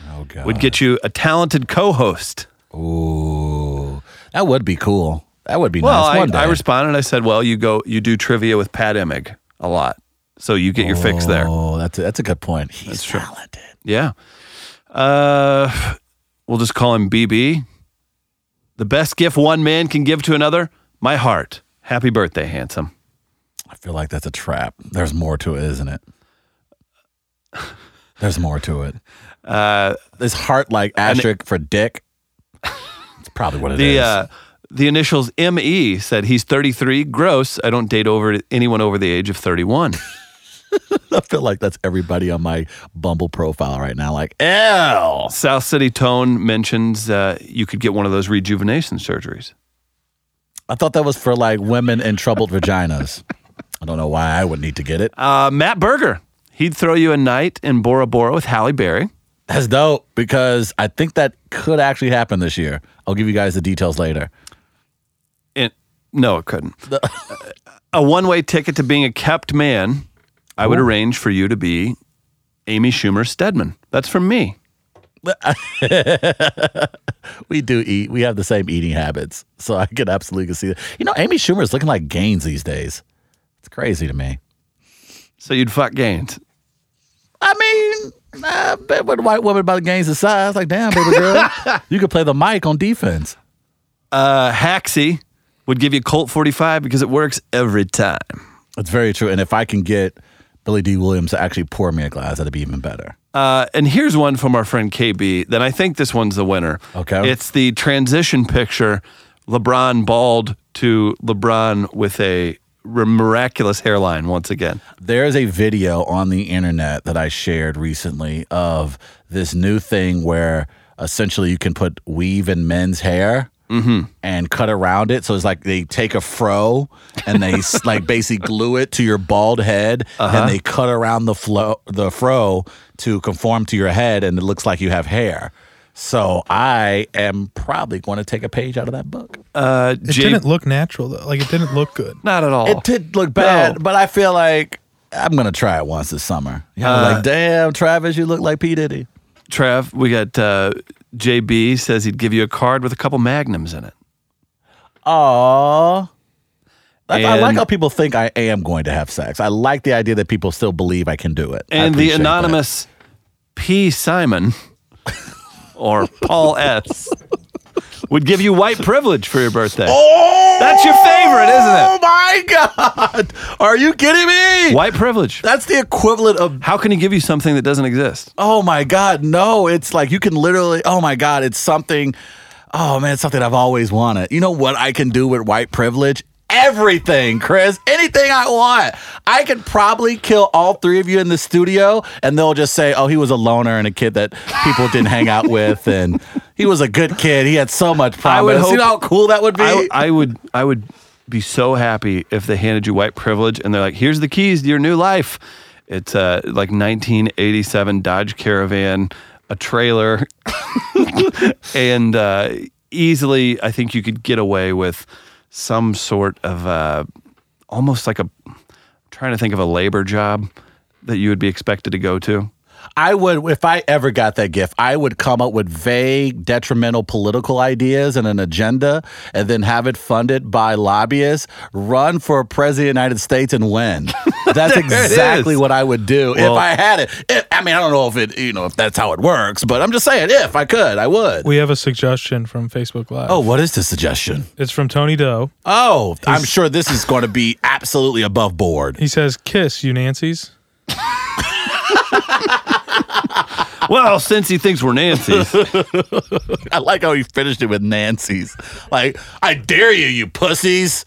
Oh God, Would get you a talented co-host. Ooh, that would be cool. That would be Well, nice. One I, I day. responded. I said, "Well, you go, you do trivia with Pat Emig a lot, so you get your fix there." Oh, that's a, that's a good point. He's talented. Yeah. Uh, we'll just call him BB. The best gift one man can give to another: my heart. Happy birthday, handsome. I feel like that's a trap. There's more to it, isn't it? There's more to <laughs> it. Uh, this heart like asterisk for dick. It's probably what it <laughs> is. The uh, the initials ME said he's 33, gross. I don't date over anyone over the age of <laughs> 31. <laughs> I feel like that's everybody on my Bumble profile right now. Like, ew. South City Tone mentions uh, you could get one of those rejuvenation surgeries. I thought that was for like women in troubled vaginas. I don't know why I would need to get it. Uh, Matt Berger, he'd throw you a night in Bora Bora with Halle Berry. That's dope because I think that could actually happen this year. I'll give you guys the details later. And no, it couldn't. <laughs> a one way ticket to being a kept man. I would arrange for you to be Amy Schumer Stedman. That's from me. We do eat. We have the same eating habits, so I could absolutely see that. You know, Amy Schumer is looking like Gaines these days. It's crazy to me. So you'd fuck Gaines. I mean, I bet with a white woman about Gaines' size, like, damn, baby girl, you could play the mic on defense. Uh, Haxie would give you Colt 45 because it works every time. It's very true. And if I can get Billy D. Williams to actually pour me a glass, that'd be even better. Uh, and here's one from our friend KB. Then I think this one's the winner. Okay. It's the transition picture LeBron bald to LeBron with a r- miraculous hairline once again. There's a video on the internet that I shared recently of this new thing where essentially you can put weave in men's hair and cut around it. So it's like they take a fro and they s- like basically glue it to your bald head and they cut around the flo- the fro to conform to your head and it looks like you have hair. So I am probably going to take a page out of that book. Uh, It J- didn't look natural though. Like it didn't look good. not at all. It did look bad, but I feel like I'm gonna try it once this summer. Yeah, I'm Uh, like damn, Travis, you look like P Diddy. Trav, we got uh, JB says he'd give you a card with a couple magnums in it. Aww. That's- I like And- how people think I am going to have sex. I like the idea that people still believe I can do it. I And the appreciate that. anonymous P. Simon <laughs> or Paul S. would give you white privilege for your birthday. Oh, That's your favorite, isn't Oh my <laughs> God! Are you kidding me? it? White privilege. That's the equivalent of How can he give you something that doesn't exist? oh my god no it's like you can literally oh my god it's something oh man it's something i've always wanted you know what i can do with white privilege everything chris anything i want i could probably kill all three of you in the studio and they'll just say oh he was a loner and a kid that people didn't hang out with and he was a good kid he had so much promise I would you know how hope- cool that would be I, I would I would be so happy if they handed you white privilege and they're like, here's the keys to your new life. It's uh, like 1987 Dodge Caravan, a trailer, <laughs> and uh, easily I think you could get away with some sort of uh, almost like a I'm trying to think of a labor job that you would be expected to go to. I would, if I ever got that gift, I would come up with vague, detrimental political ideas and an agenda, and then have it funded by lobbyists, run for president of the United States, and <laughs> win. That's exactly is. what I would do Well- if I had it. If- I mean, I don't know if it, you know, if that's how it works, but I'm just saying, if I could, I would. We have a suggestion from Facebook Live. oh, what is the suggestion? It's from Tony Doe. Oh, I'm sure this is going to be absolutely above board. He says, "Kiss you, Nancy's." well, since he thinks we're Nancy's, I like how he finished it with Nancy's. Like, I dare you, you pussies.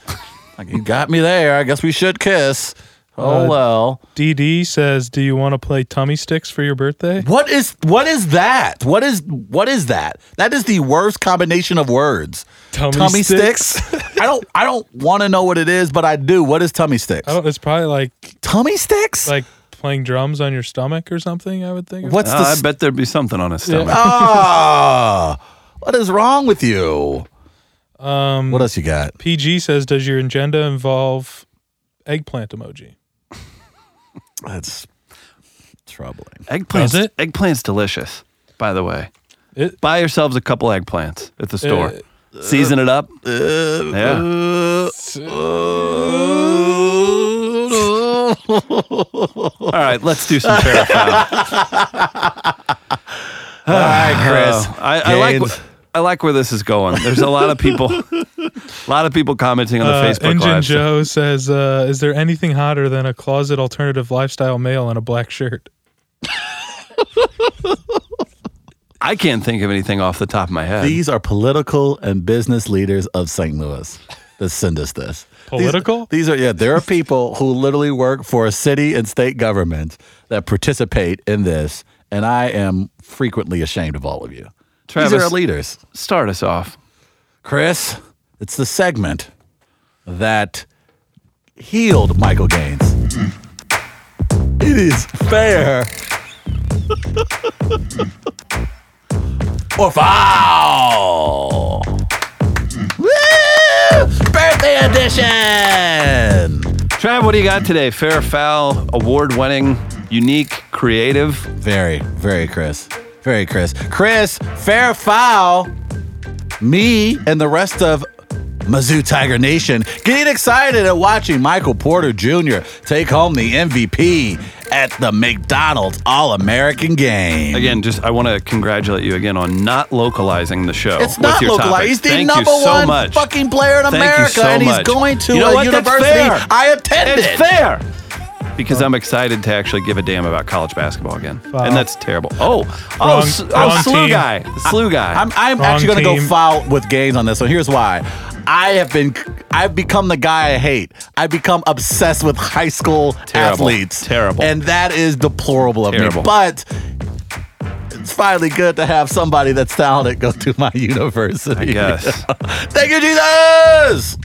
Like, you got me there. I guess we should kiss. Oh Uh, well. DD says, "Do you want to play tummy sticks for your birthday?" What is what is that? What is what is that? That is the worst combination of words. Tummy <laughs> I don't I don't want to know what it is, but I do. What is tummy sticks? I don't. It's probably like Tummy sticks? like playing drums on your stomach or something. I would think. What's Ah, I the bet there'd be something on his stomach. Ah, what is wrong with you? Um, what else you got? PG says, "Does your agenda involve eggplant emoji?" That's troubling. Eggplant's, Does it? eggplant's delicious, by the way. It- Uh, Buy yourselves a couple eggplants at the store. Season it up. yeah. All right, let's do some <laughs> fair foul. All right, Chris. Oh, I, I like. Gaines. wh- I like where this is going. There's a lot of people, <laughs> a lot of people commenting on the Uh, Facebook Engine live. Joe says, uh, "Is there anything hotter than a closet alternative lifestyle male in a black shirt?" I can't think of anything off the top of my head. These are political and business leaders of St. Louis that send us this. These- Political? These, are yeah. There are people who literally work for a city and state government that participate in this, and I am frequently ashamed of all of you. these Travis- are our leaders. Start us off. Chris, it's the segment that healed Michael Gaines. It is fair. <laughs> or foul. Woo! Birthday edition. Trav, what do you got today? Fair or foul, award-winning, unique, creative. Very, very Chris. Very Chris. Chris, fair foul. Me and the rest of Mizzou Tiger Nation getting excited at watching Michael Porter Jr. take home the MVP at the McDonald's All American game. Again, just I want to congratulate you again on not localizing the show. It's with not oh, your localized. topic. He's the Thank number you so one much. fucking player in Thank you America, so and he's much. going to You know a what? That's university fair. I attended. It's fair. Because I'm excited to actually give a damn about college basketball again, Wow. and that's terrible. Oh, oh, Wrong- s- wrong oh, slew team. guy, The slew guy. I'm, I'm Wrong actually going to go team. foul with Gaines on this one. Here's why. I have been, I've become the guy I hate. I've become obsessed with high school Terrible. athletes. Terrible. And that is deplorable of Terrible. me. But it's finally good to have somebody that's talented go to my <laughs> university. I guess. <laughs> Thank you, Jesus.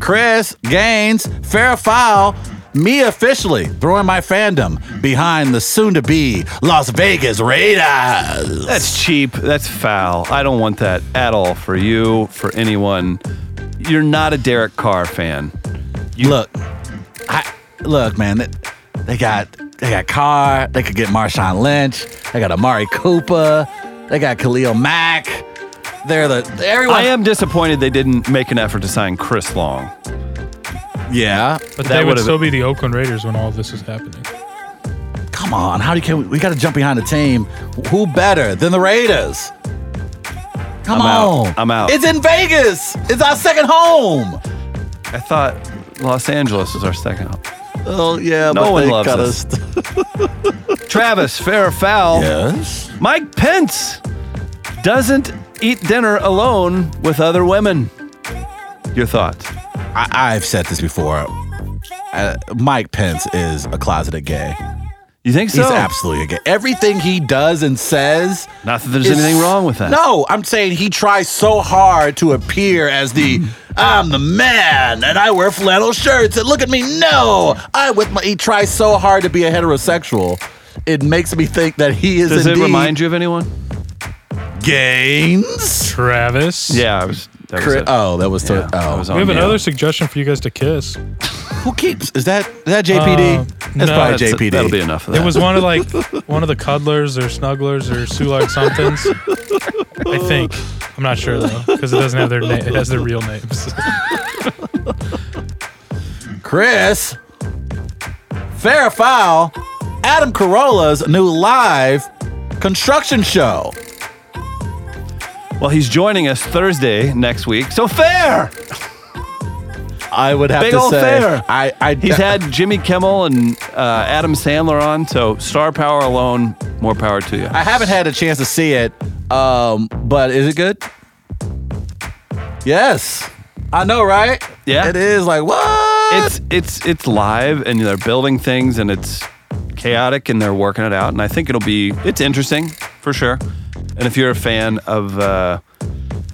Chris Gaines, fair foul. Me officially throwing my fandom behind the soon to be Las Vegas Raiders. That's cheap. That's foul. I don't want that at all for you, for anyone. You're not a Derek Carr fan. look, I look, man. They, they got they got Carr. They could get Marshawn Lynch. They got Amari Cooper. They got Khalil Mack. They're the everyone. I am disappointed they didn't make an effort to sign Chris Long. Yeah. But That they would would've- still be the Oakland Raiders when all this is happening. Come on. How do you can we, we got to jump behind the team? Who better than the Raiders? I'm Come out. on. I'm out. It's in Vegas. It's our second home. I thought Los Angeles was our second home. Oh yeah. No but one they loves gotta us. st- Travis, fair or foul? yes. Mike Pence doesn't eat dinner alone with other women. Your thoughts? I, I've said this before. Uh, Mike Pence is a closeted gay. You think so? He's absolutely a gay. Everything he does and says. Not that there's is- anything wrong with that. No, I'm saying he tries so hard to appear as the I'm the man and I wear flannel shirts and look at me. No, I with my. He tries so hard to be a heterosexual. It makes me think that he is Does it indeed remind you of anyone? Gaines. Travis. Yeah, I was. That was Cri- it. Oh, that was to, Yeah, that oh. was We have on uh, you. another suggestion for you guys to kiss. Who keeps? Is that is that JPD? Uh, that's no, probably it's- That's- JPD. That'll be enough of that. It was one <laughs> of like one of the cuddlers or snugglers or Sulag somethings. I think. I'm not sure though, because it doesn't have their name. It has their real names. Chris, fair or foul, Adam Carolla's new live construction show. Well, he's joining us Thursday next week, so fair. I would have Big to old say fair. I, I He's had Jimmy Kimmel and uh, Adam Sandler on, so star power alone, more power to you. I haven't had a chance to see it, um, but is it good? Yes, I know, right? Yeah. it is. Like what? It's it's it's live, and they're building things, and it's chaotic, and they're working it out, and I think it'll be it's interesting for sure. And if you're a fan of uh,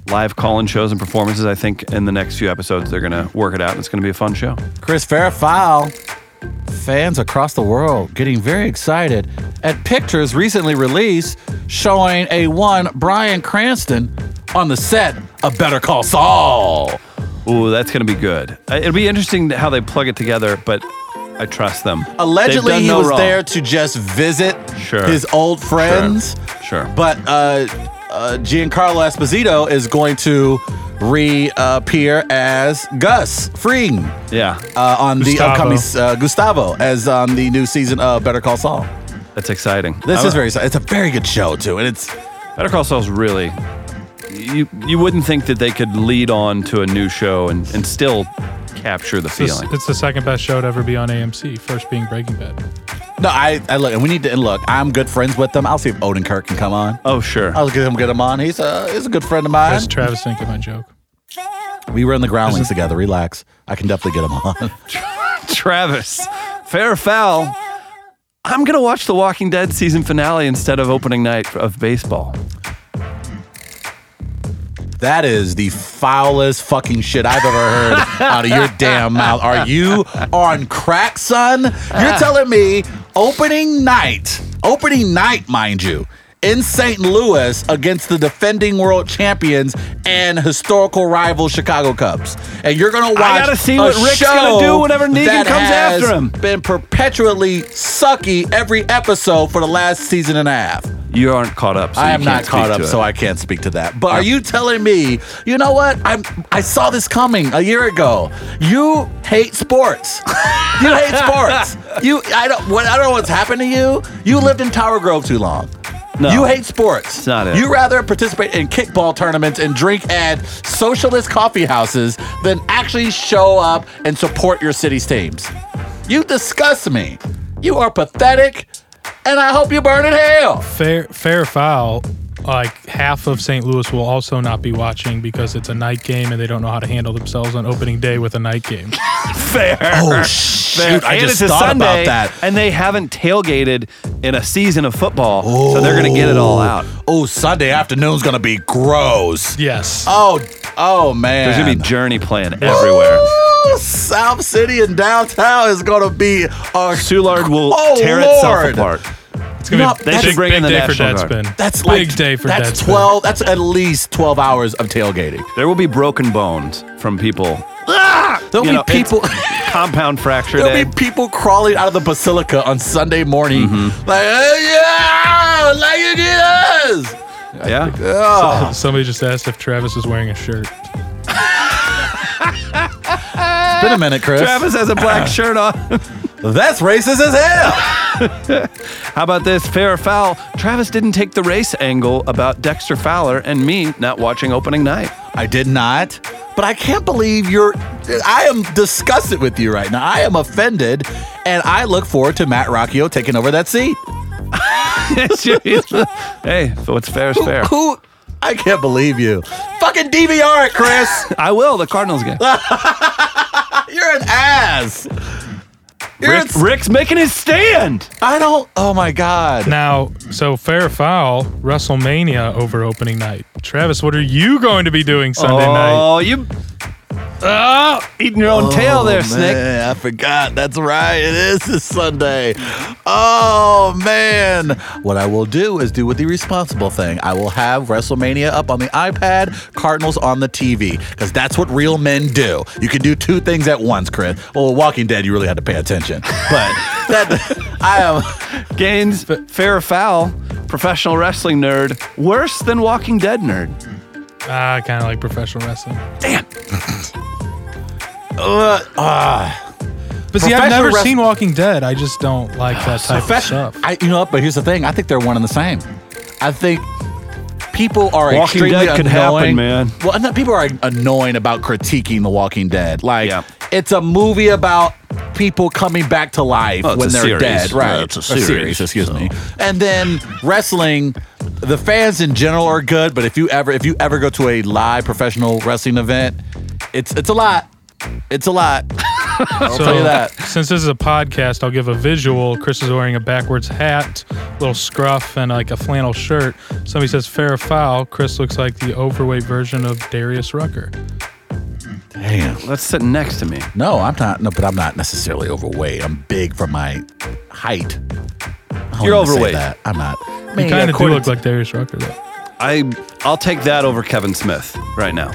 live call-in shows and performances, I think in the next few episodes they're gonna work it out, and it's gonna be a fun show. Chris Farafal. Fans across the world getting very excited at pictures recently released showing a one Brian Cranston on the set of Better Call Saul. Ooh, that's gonna be good. Uh, It'll be interesting how they plug it together, but I trust them. They've Allegedly, done he no was wrong. there to just visit Sure. his old friends. Sure. But uh, uh, Giancarlo Esposito is going to reappear as Gus Fring Yeah, uh, on the Gustavo. upcoming uh, Gustavo as on the new season of Better Call Saul. that's exciting. This I'm- is very. It's a very good show too, and it's Better Call Saul's really. You you wouldn't think that they could lead on to a new show and, and still capture the It's, feeling. it's the second best show to ever be on AMC. First being Breaking Bad. no. I, I look. and We need to and look. I'm good friends with them. I'll see if Odin Kirk can come on. oh sure. I'll get him get him on. He's a he's a good friend of mine. Because Travis didn't get my joke. We were in the groundlings together. Relax. I can definitely get him on. <laughs> Travis, fair or foul. Oh. I'm gonna watch The Walking Dead season finale instead of opening night of baseball. That is the foulest fucking shit I've ever heard <laughs> out of your damn mouth. Are you on crack, son? You're telling me opening night, opening night, mind you, in St. Louis against the defending world champions and historical rival Chicago Cubs, and you're gonna watch. I gotta see a what Rick's gonna show do whenever Negan that comes has after him. Been perpetually sucky every episode for the last season and a half. You aren't caught up. So I you am can't not speak caught up, to it. so I can't speak to that. But are you telling me, you know what? I'm I saw this coming a year ago. You hate sports. you hate <laughs> sports. You I don't what I don't know what's happened to you. You lived in Tower Grove too long. No. You hate sports. It's not it. You rather participate in kickball tournaments and drink at socialist coffee houses than actually show up and support your city's teams. You disgust me. You are pathetic, and I hope you burn in hell. Fair, fair or foul. Like half of St. Louis will also not be watching because it's a night game and they don't know how to handle themselves on opening day with a night game. fair. Oh shoot! Fair. I And just it's a thought Sunday, about that. And they haven't tailgated in a season of football, so they're gonna get it all out. Oh, Sunday afternoon's gonna be gross. Yes. Uh, Oh, oh man. Oh. There's gonna be Journey playing everywhere. Ooh, South City and downtown is gonna be a Soulard will Oh, tear Lord. itself apart. it's gonna no, be they big, should bring big in the day for National Guard. Deadspin. That's big like day for that's Deadspin. twelve. That's at least twelve hours of tailgating. There will be broken bones from people. There'll You be know, it's people. <laughs> Compound fracture There'll day. be people crawling out of the basilica on Sunday morning, Mm-hmm. like, oh, yeah, like it <laughs> is. yeah. Oh. <laughs> Somebody just asked if Travis is wearing a shirt. It's been a minute, Chris. Travis has a black shirt on. That's racist as hell. How about this? Fair or foul? Travis didn't take the race angle about Dexter Fowler and me not watching opening night. <laughs> I did not. But I can't believe you're. I am disgusted with you right now. I am offended, and I look forward to Matt Rocchio taking over that seat. hey, so it's fair is fair. Who? I can't believe you. Fucking DVR it, Chris. I will. The Cardinals game. you're an ass. You're Rick, an- Rick's making his stand. I don't. Oh my god. Now, so fair or foul, WrestleMania over opening night. Travis, what are you going to be doing Sunday night? oh, you. Oh, eating your own tail there, Snake. Man, I forgot. That's right. It is this Sunday. Oh man. What I will do is do with the responsible thing. I will have WrestleMania up on the iPad, Cardinals on the TV, because that's what real men do. You can do two things at once, Chris. Well, Walking Dead, you really had to pay attention, but that <laughs> I am. Gaines, fair or foul? Professional wrestling nerd, worse than Walking Dead nerd. Ah, I kind of like professional wrestling. <laughs> Damn. But see, I've Uh, ah. Professional never wrest- seen Walking Dead. I just don't like that type of stuff. I, you know what? But here's the thing. I think they're one and the same. I think people are Walking extremely Dead could happen, annoying. man. Well, no, people are annoying about critiquing The Walking Dead. Like Yeah. It's a movie about people coming back to life Oh, it's when a they're series. dead, Yeah, right? it's a Or series, excuse so. me. And then wrestling, the fans in general are good, but if you ever if you ever go to a live professional wrestling event, it's it's a lot. It's a lot. <laughs> I'll tell you that. Since this is a podcast, I'll give a visual. Chris is wearing a backwards hat, little scruff, and like a flannel shirt. Somebody says fair or foul. Chris looks like the overweight version of Darius Rucker. Damn. That's sitting next to me. No, I'm not. No, but I'm not necessarily overweight. I'm big for my height. I You're wouldn't say overweight. that. I'm not. You kind of do according look to- like Darius Rucker, though. I I'll take that over Kevin Smith right now.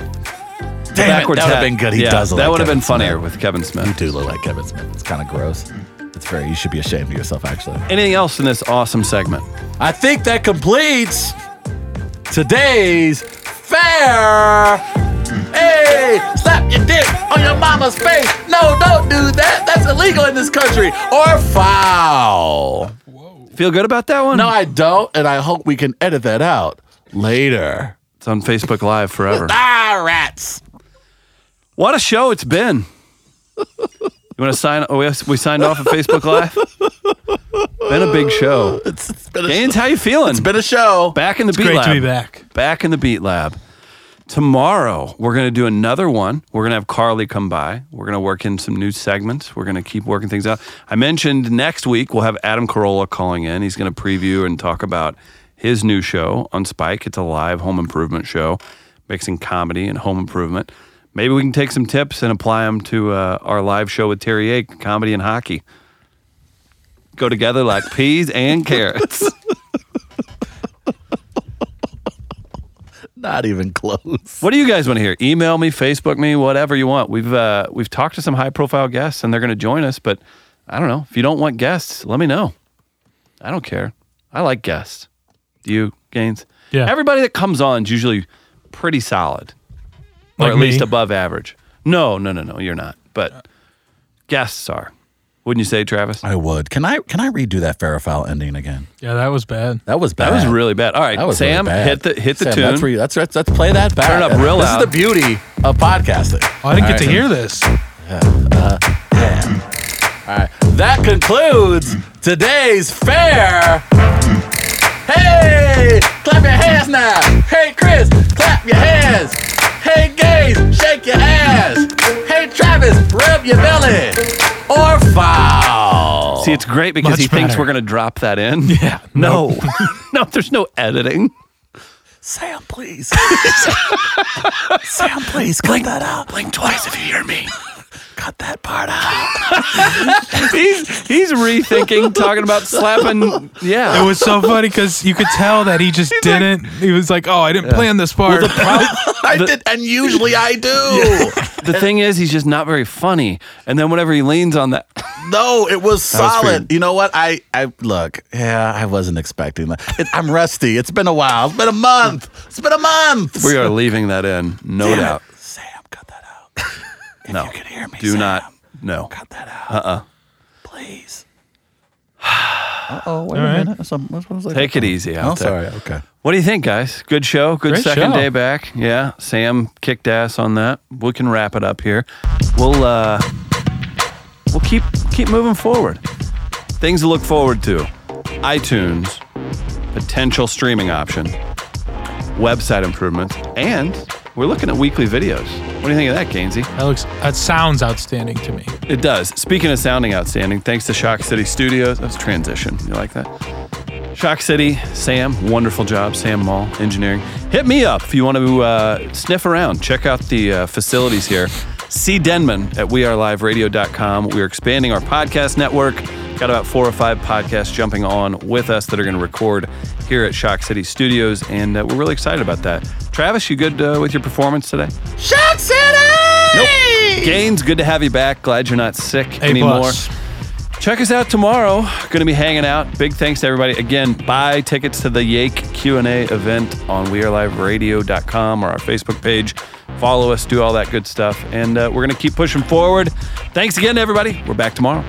Damn it, Backwards that would have hat. been good. He Yeah, does. Look That like would have Kevin been funnier Smith. with Kevin Smith. You do look like Kevin Smith. It's kind of gross. It's very. You should be ashamed of yourself, actually. Anything else in this awesome segment? I think that completes today's fair. Hey, slap your dick on your mama's face. No, don't do that. That's illegal in this country. Or foul. Feel good about that one? No, I don't, and I hope we can edit that out later. It's on Facebook Live forever. Ah, rats. what a show it's been. You want to sign? Oh, we, we signed off at Facebook Live. Been a big <laughs> show. It's, it's been a, Gaines, how you feeling? it's been <laughs> a show. back in the beat Great lab. to be back. Back in the beat lab. Tomorrow we're gonna do another one. We're gonna have Carly come by. We're gonna work in some new segments. We're gonna keep working things out. I mentioned next week we'll have Adam Carolla calling in. He's gonna preview and talk about his new show on Spike. It's a live home improvement show, mixing comedy and home improvement. Maybe we can take some tips and apply them to uh, our live show with Terry Ake, comedy and hockey. Go together like peas and carrots. <laughs> Not even close. What do you guys want to hear? Email me, Facebook me, whatever you want. We've uh, we've talked to some high profile guests, and they're going to join us. But I don't know if you don't want guests, let me know. I don't care. I like guests. Do you, Gaines? Yeah. Everybody that comes on is usually pretty solid, or Like at least me? above average. No, no, no, no. You're not. But guests are. Wouldn't you say, Travis? I would. Can I can I redo that fair or foul ending again? Yeah, that was bad. That was bad. That was really bad. All right, That was really Sam, bad. hit the hit the Sam, tune. That's, where you, that's, that's let's play that back. Turn it up real this loud. is the beauty of podcasting. Oh, I didn't All get to right. hear this. All right, that concludes today's fair. Hey, clap your hands now. Hey, Chris, clap your hands. Hey, Gaze, shake your ass. Hey, Travis, rub your belly. Or foul. See, it's great because Much he thinks better. we're going to drop that in. Oh, Yeah. No. <laughs> no, there's no editing. Sam, please. <laughs> Sam, please, cut that out. Blink twice if you hear me. <laughs> Cut that part out. he's he's <laughs> rethinking talking about slapping. Yeah. It was so funny because you could tell that he just didn't. he was like, "Oh, I didn't plan this part." <laughs> I did, and usually I <laughs> do. the thing is, he's just not very funny. And then whenever he leans on that, No, it was was solid. pretty- you know what? I, I look. Yeah, I wasn't expecting that. It, I'm rusty. It's been a while. It's been a month. It's been a <laughs> month. we are leaving that in, no Damn it. doubt. Sam, cut that <laughs> out. If No, you can hear me, do Sam, not. Uh-uh. No. cut that out. Uh uh <sighs> Please. uh oh. Wait right. a minute. Some, what was I- Take it easy out Oh, there. sorry. Okay. What do you think, guys? Good show. Good Great second show. day back. Yeah, Sam kicked ass on that. We can wrap it up here. We'll uh, we'll keep keep moving forward. Things to look forward to: iTunes, potential streaming option, website improvements, and we're looking at weekly videos. What do you think of that, Gainsey? that looks. That sounds outstanding to me. It does. Speaking of sounding outstanding, thanks to Shock City Studios. That's transition. You like that? Shock City, Sam, wonderful job. Sam Mall Engineering. Hit me up if you want to uh, sniff around, check out the uh, facilities here. See Denman at weareliveradio.com. We are expanding our podcast network. Got about four or five podcasts jumping on with us that are going to record here at Shock City Studios, and uh, we're really excited about that. Travis, you good uh, with your performance today? Shock City. Gaines, good to have you back. Glad you're not sick A anymore. plus. Check us out tomorrow. Going to be hanging out. Big thanks to everybody. Again, buy tickets to the Yake Q&A event on weareliveradio.com or our Facebook page. Follow us, do all that good stuff. And uh, we're going to keep pushing forward. Thanks again, everybody. We're back tomorrow.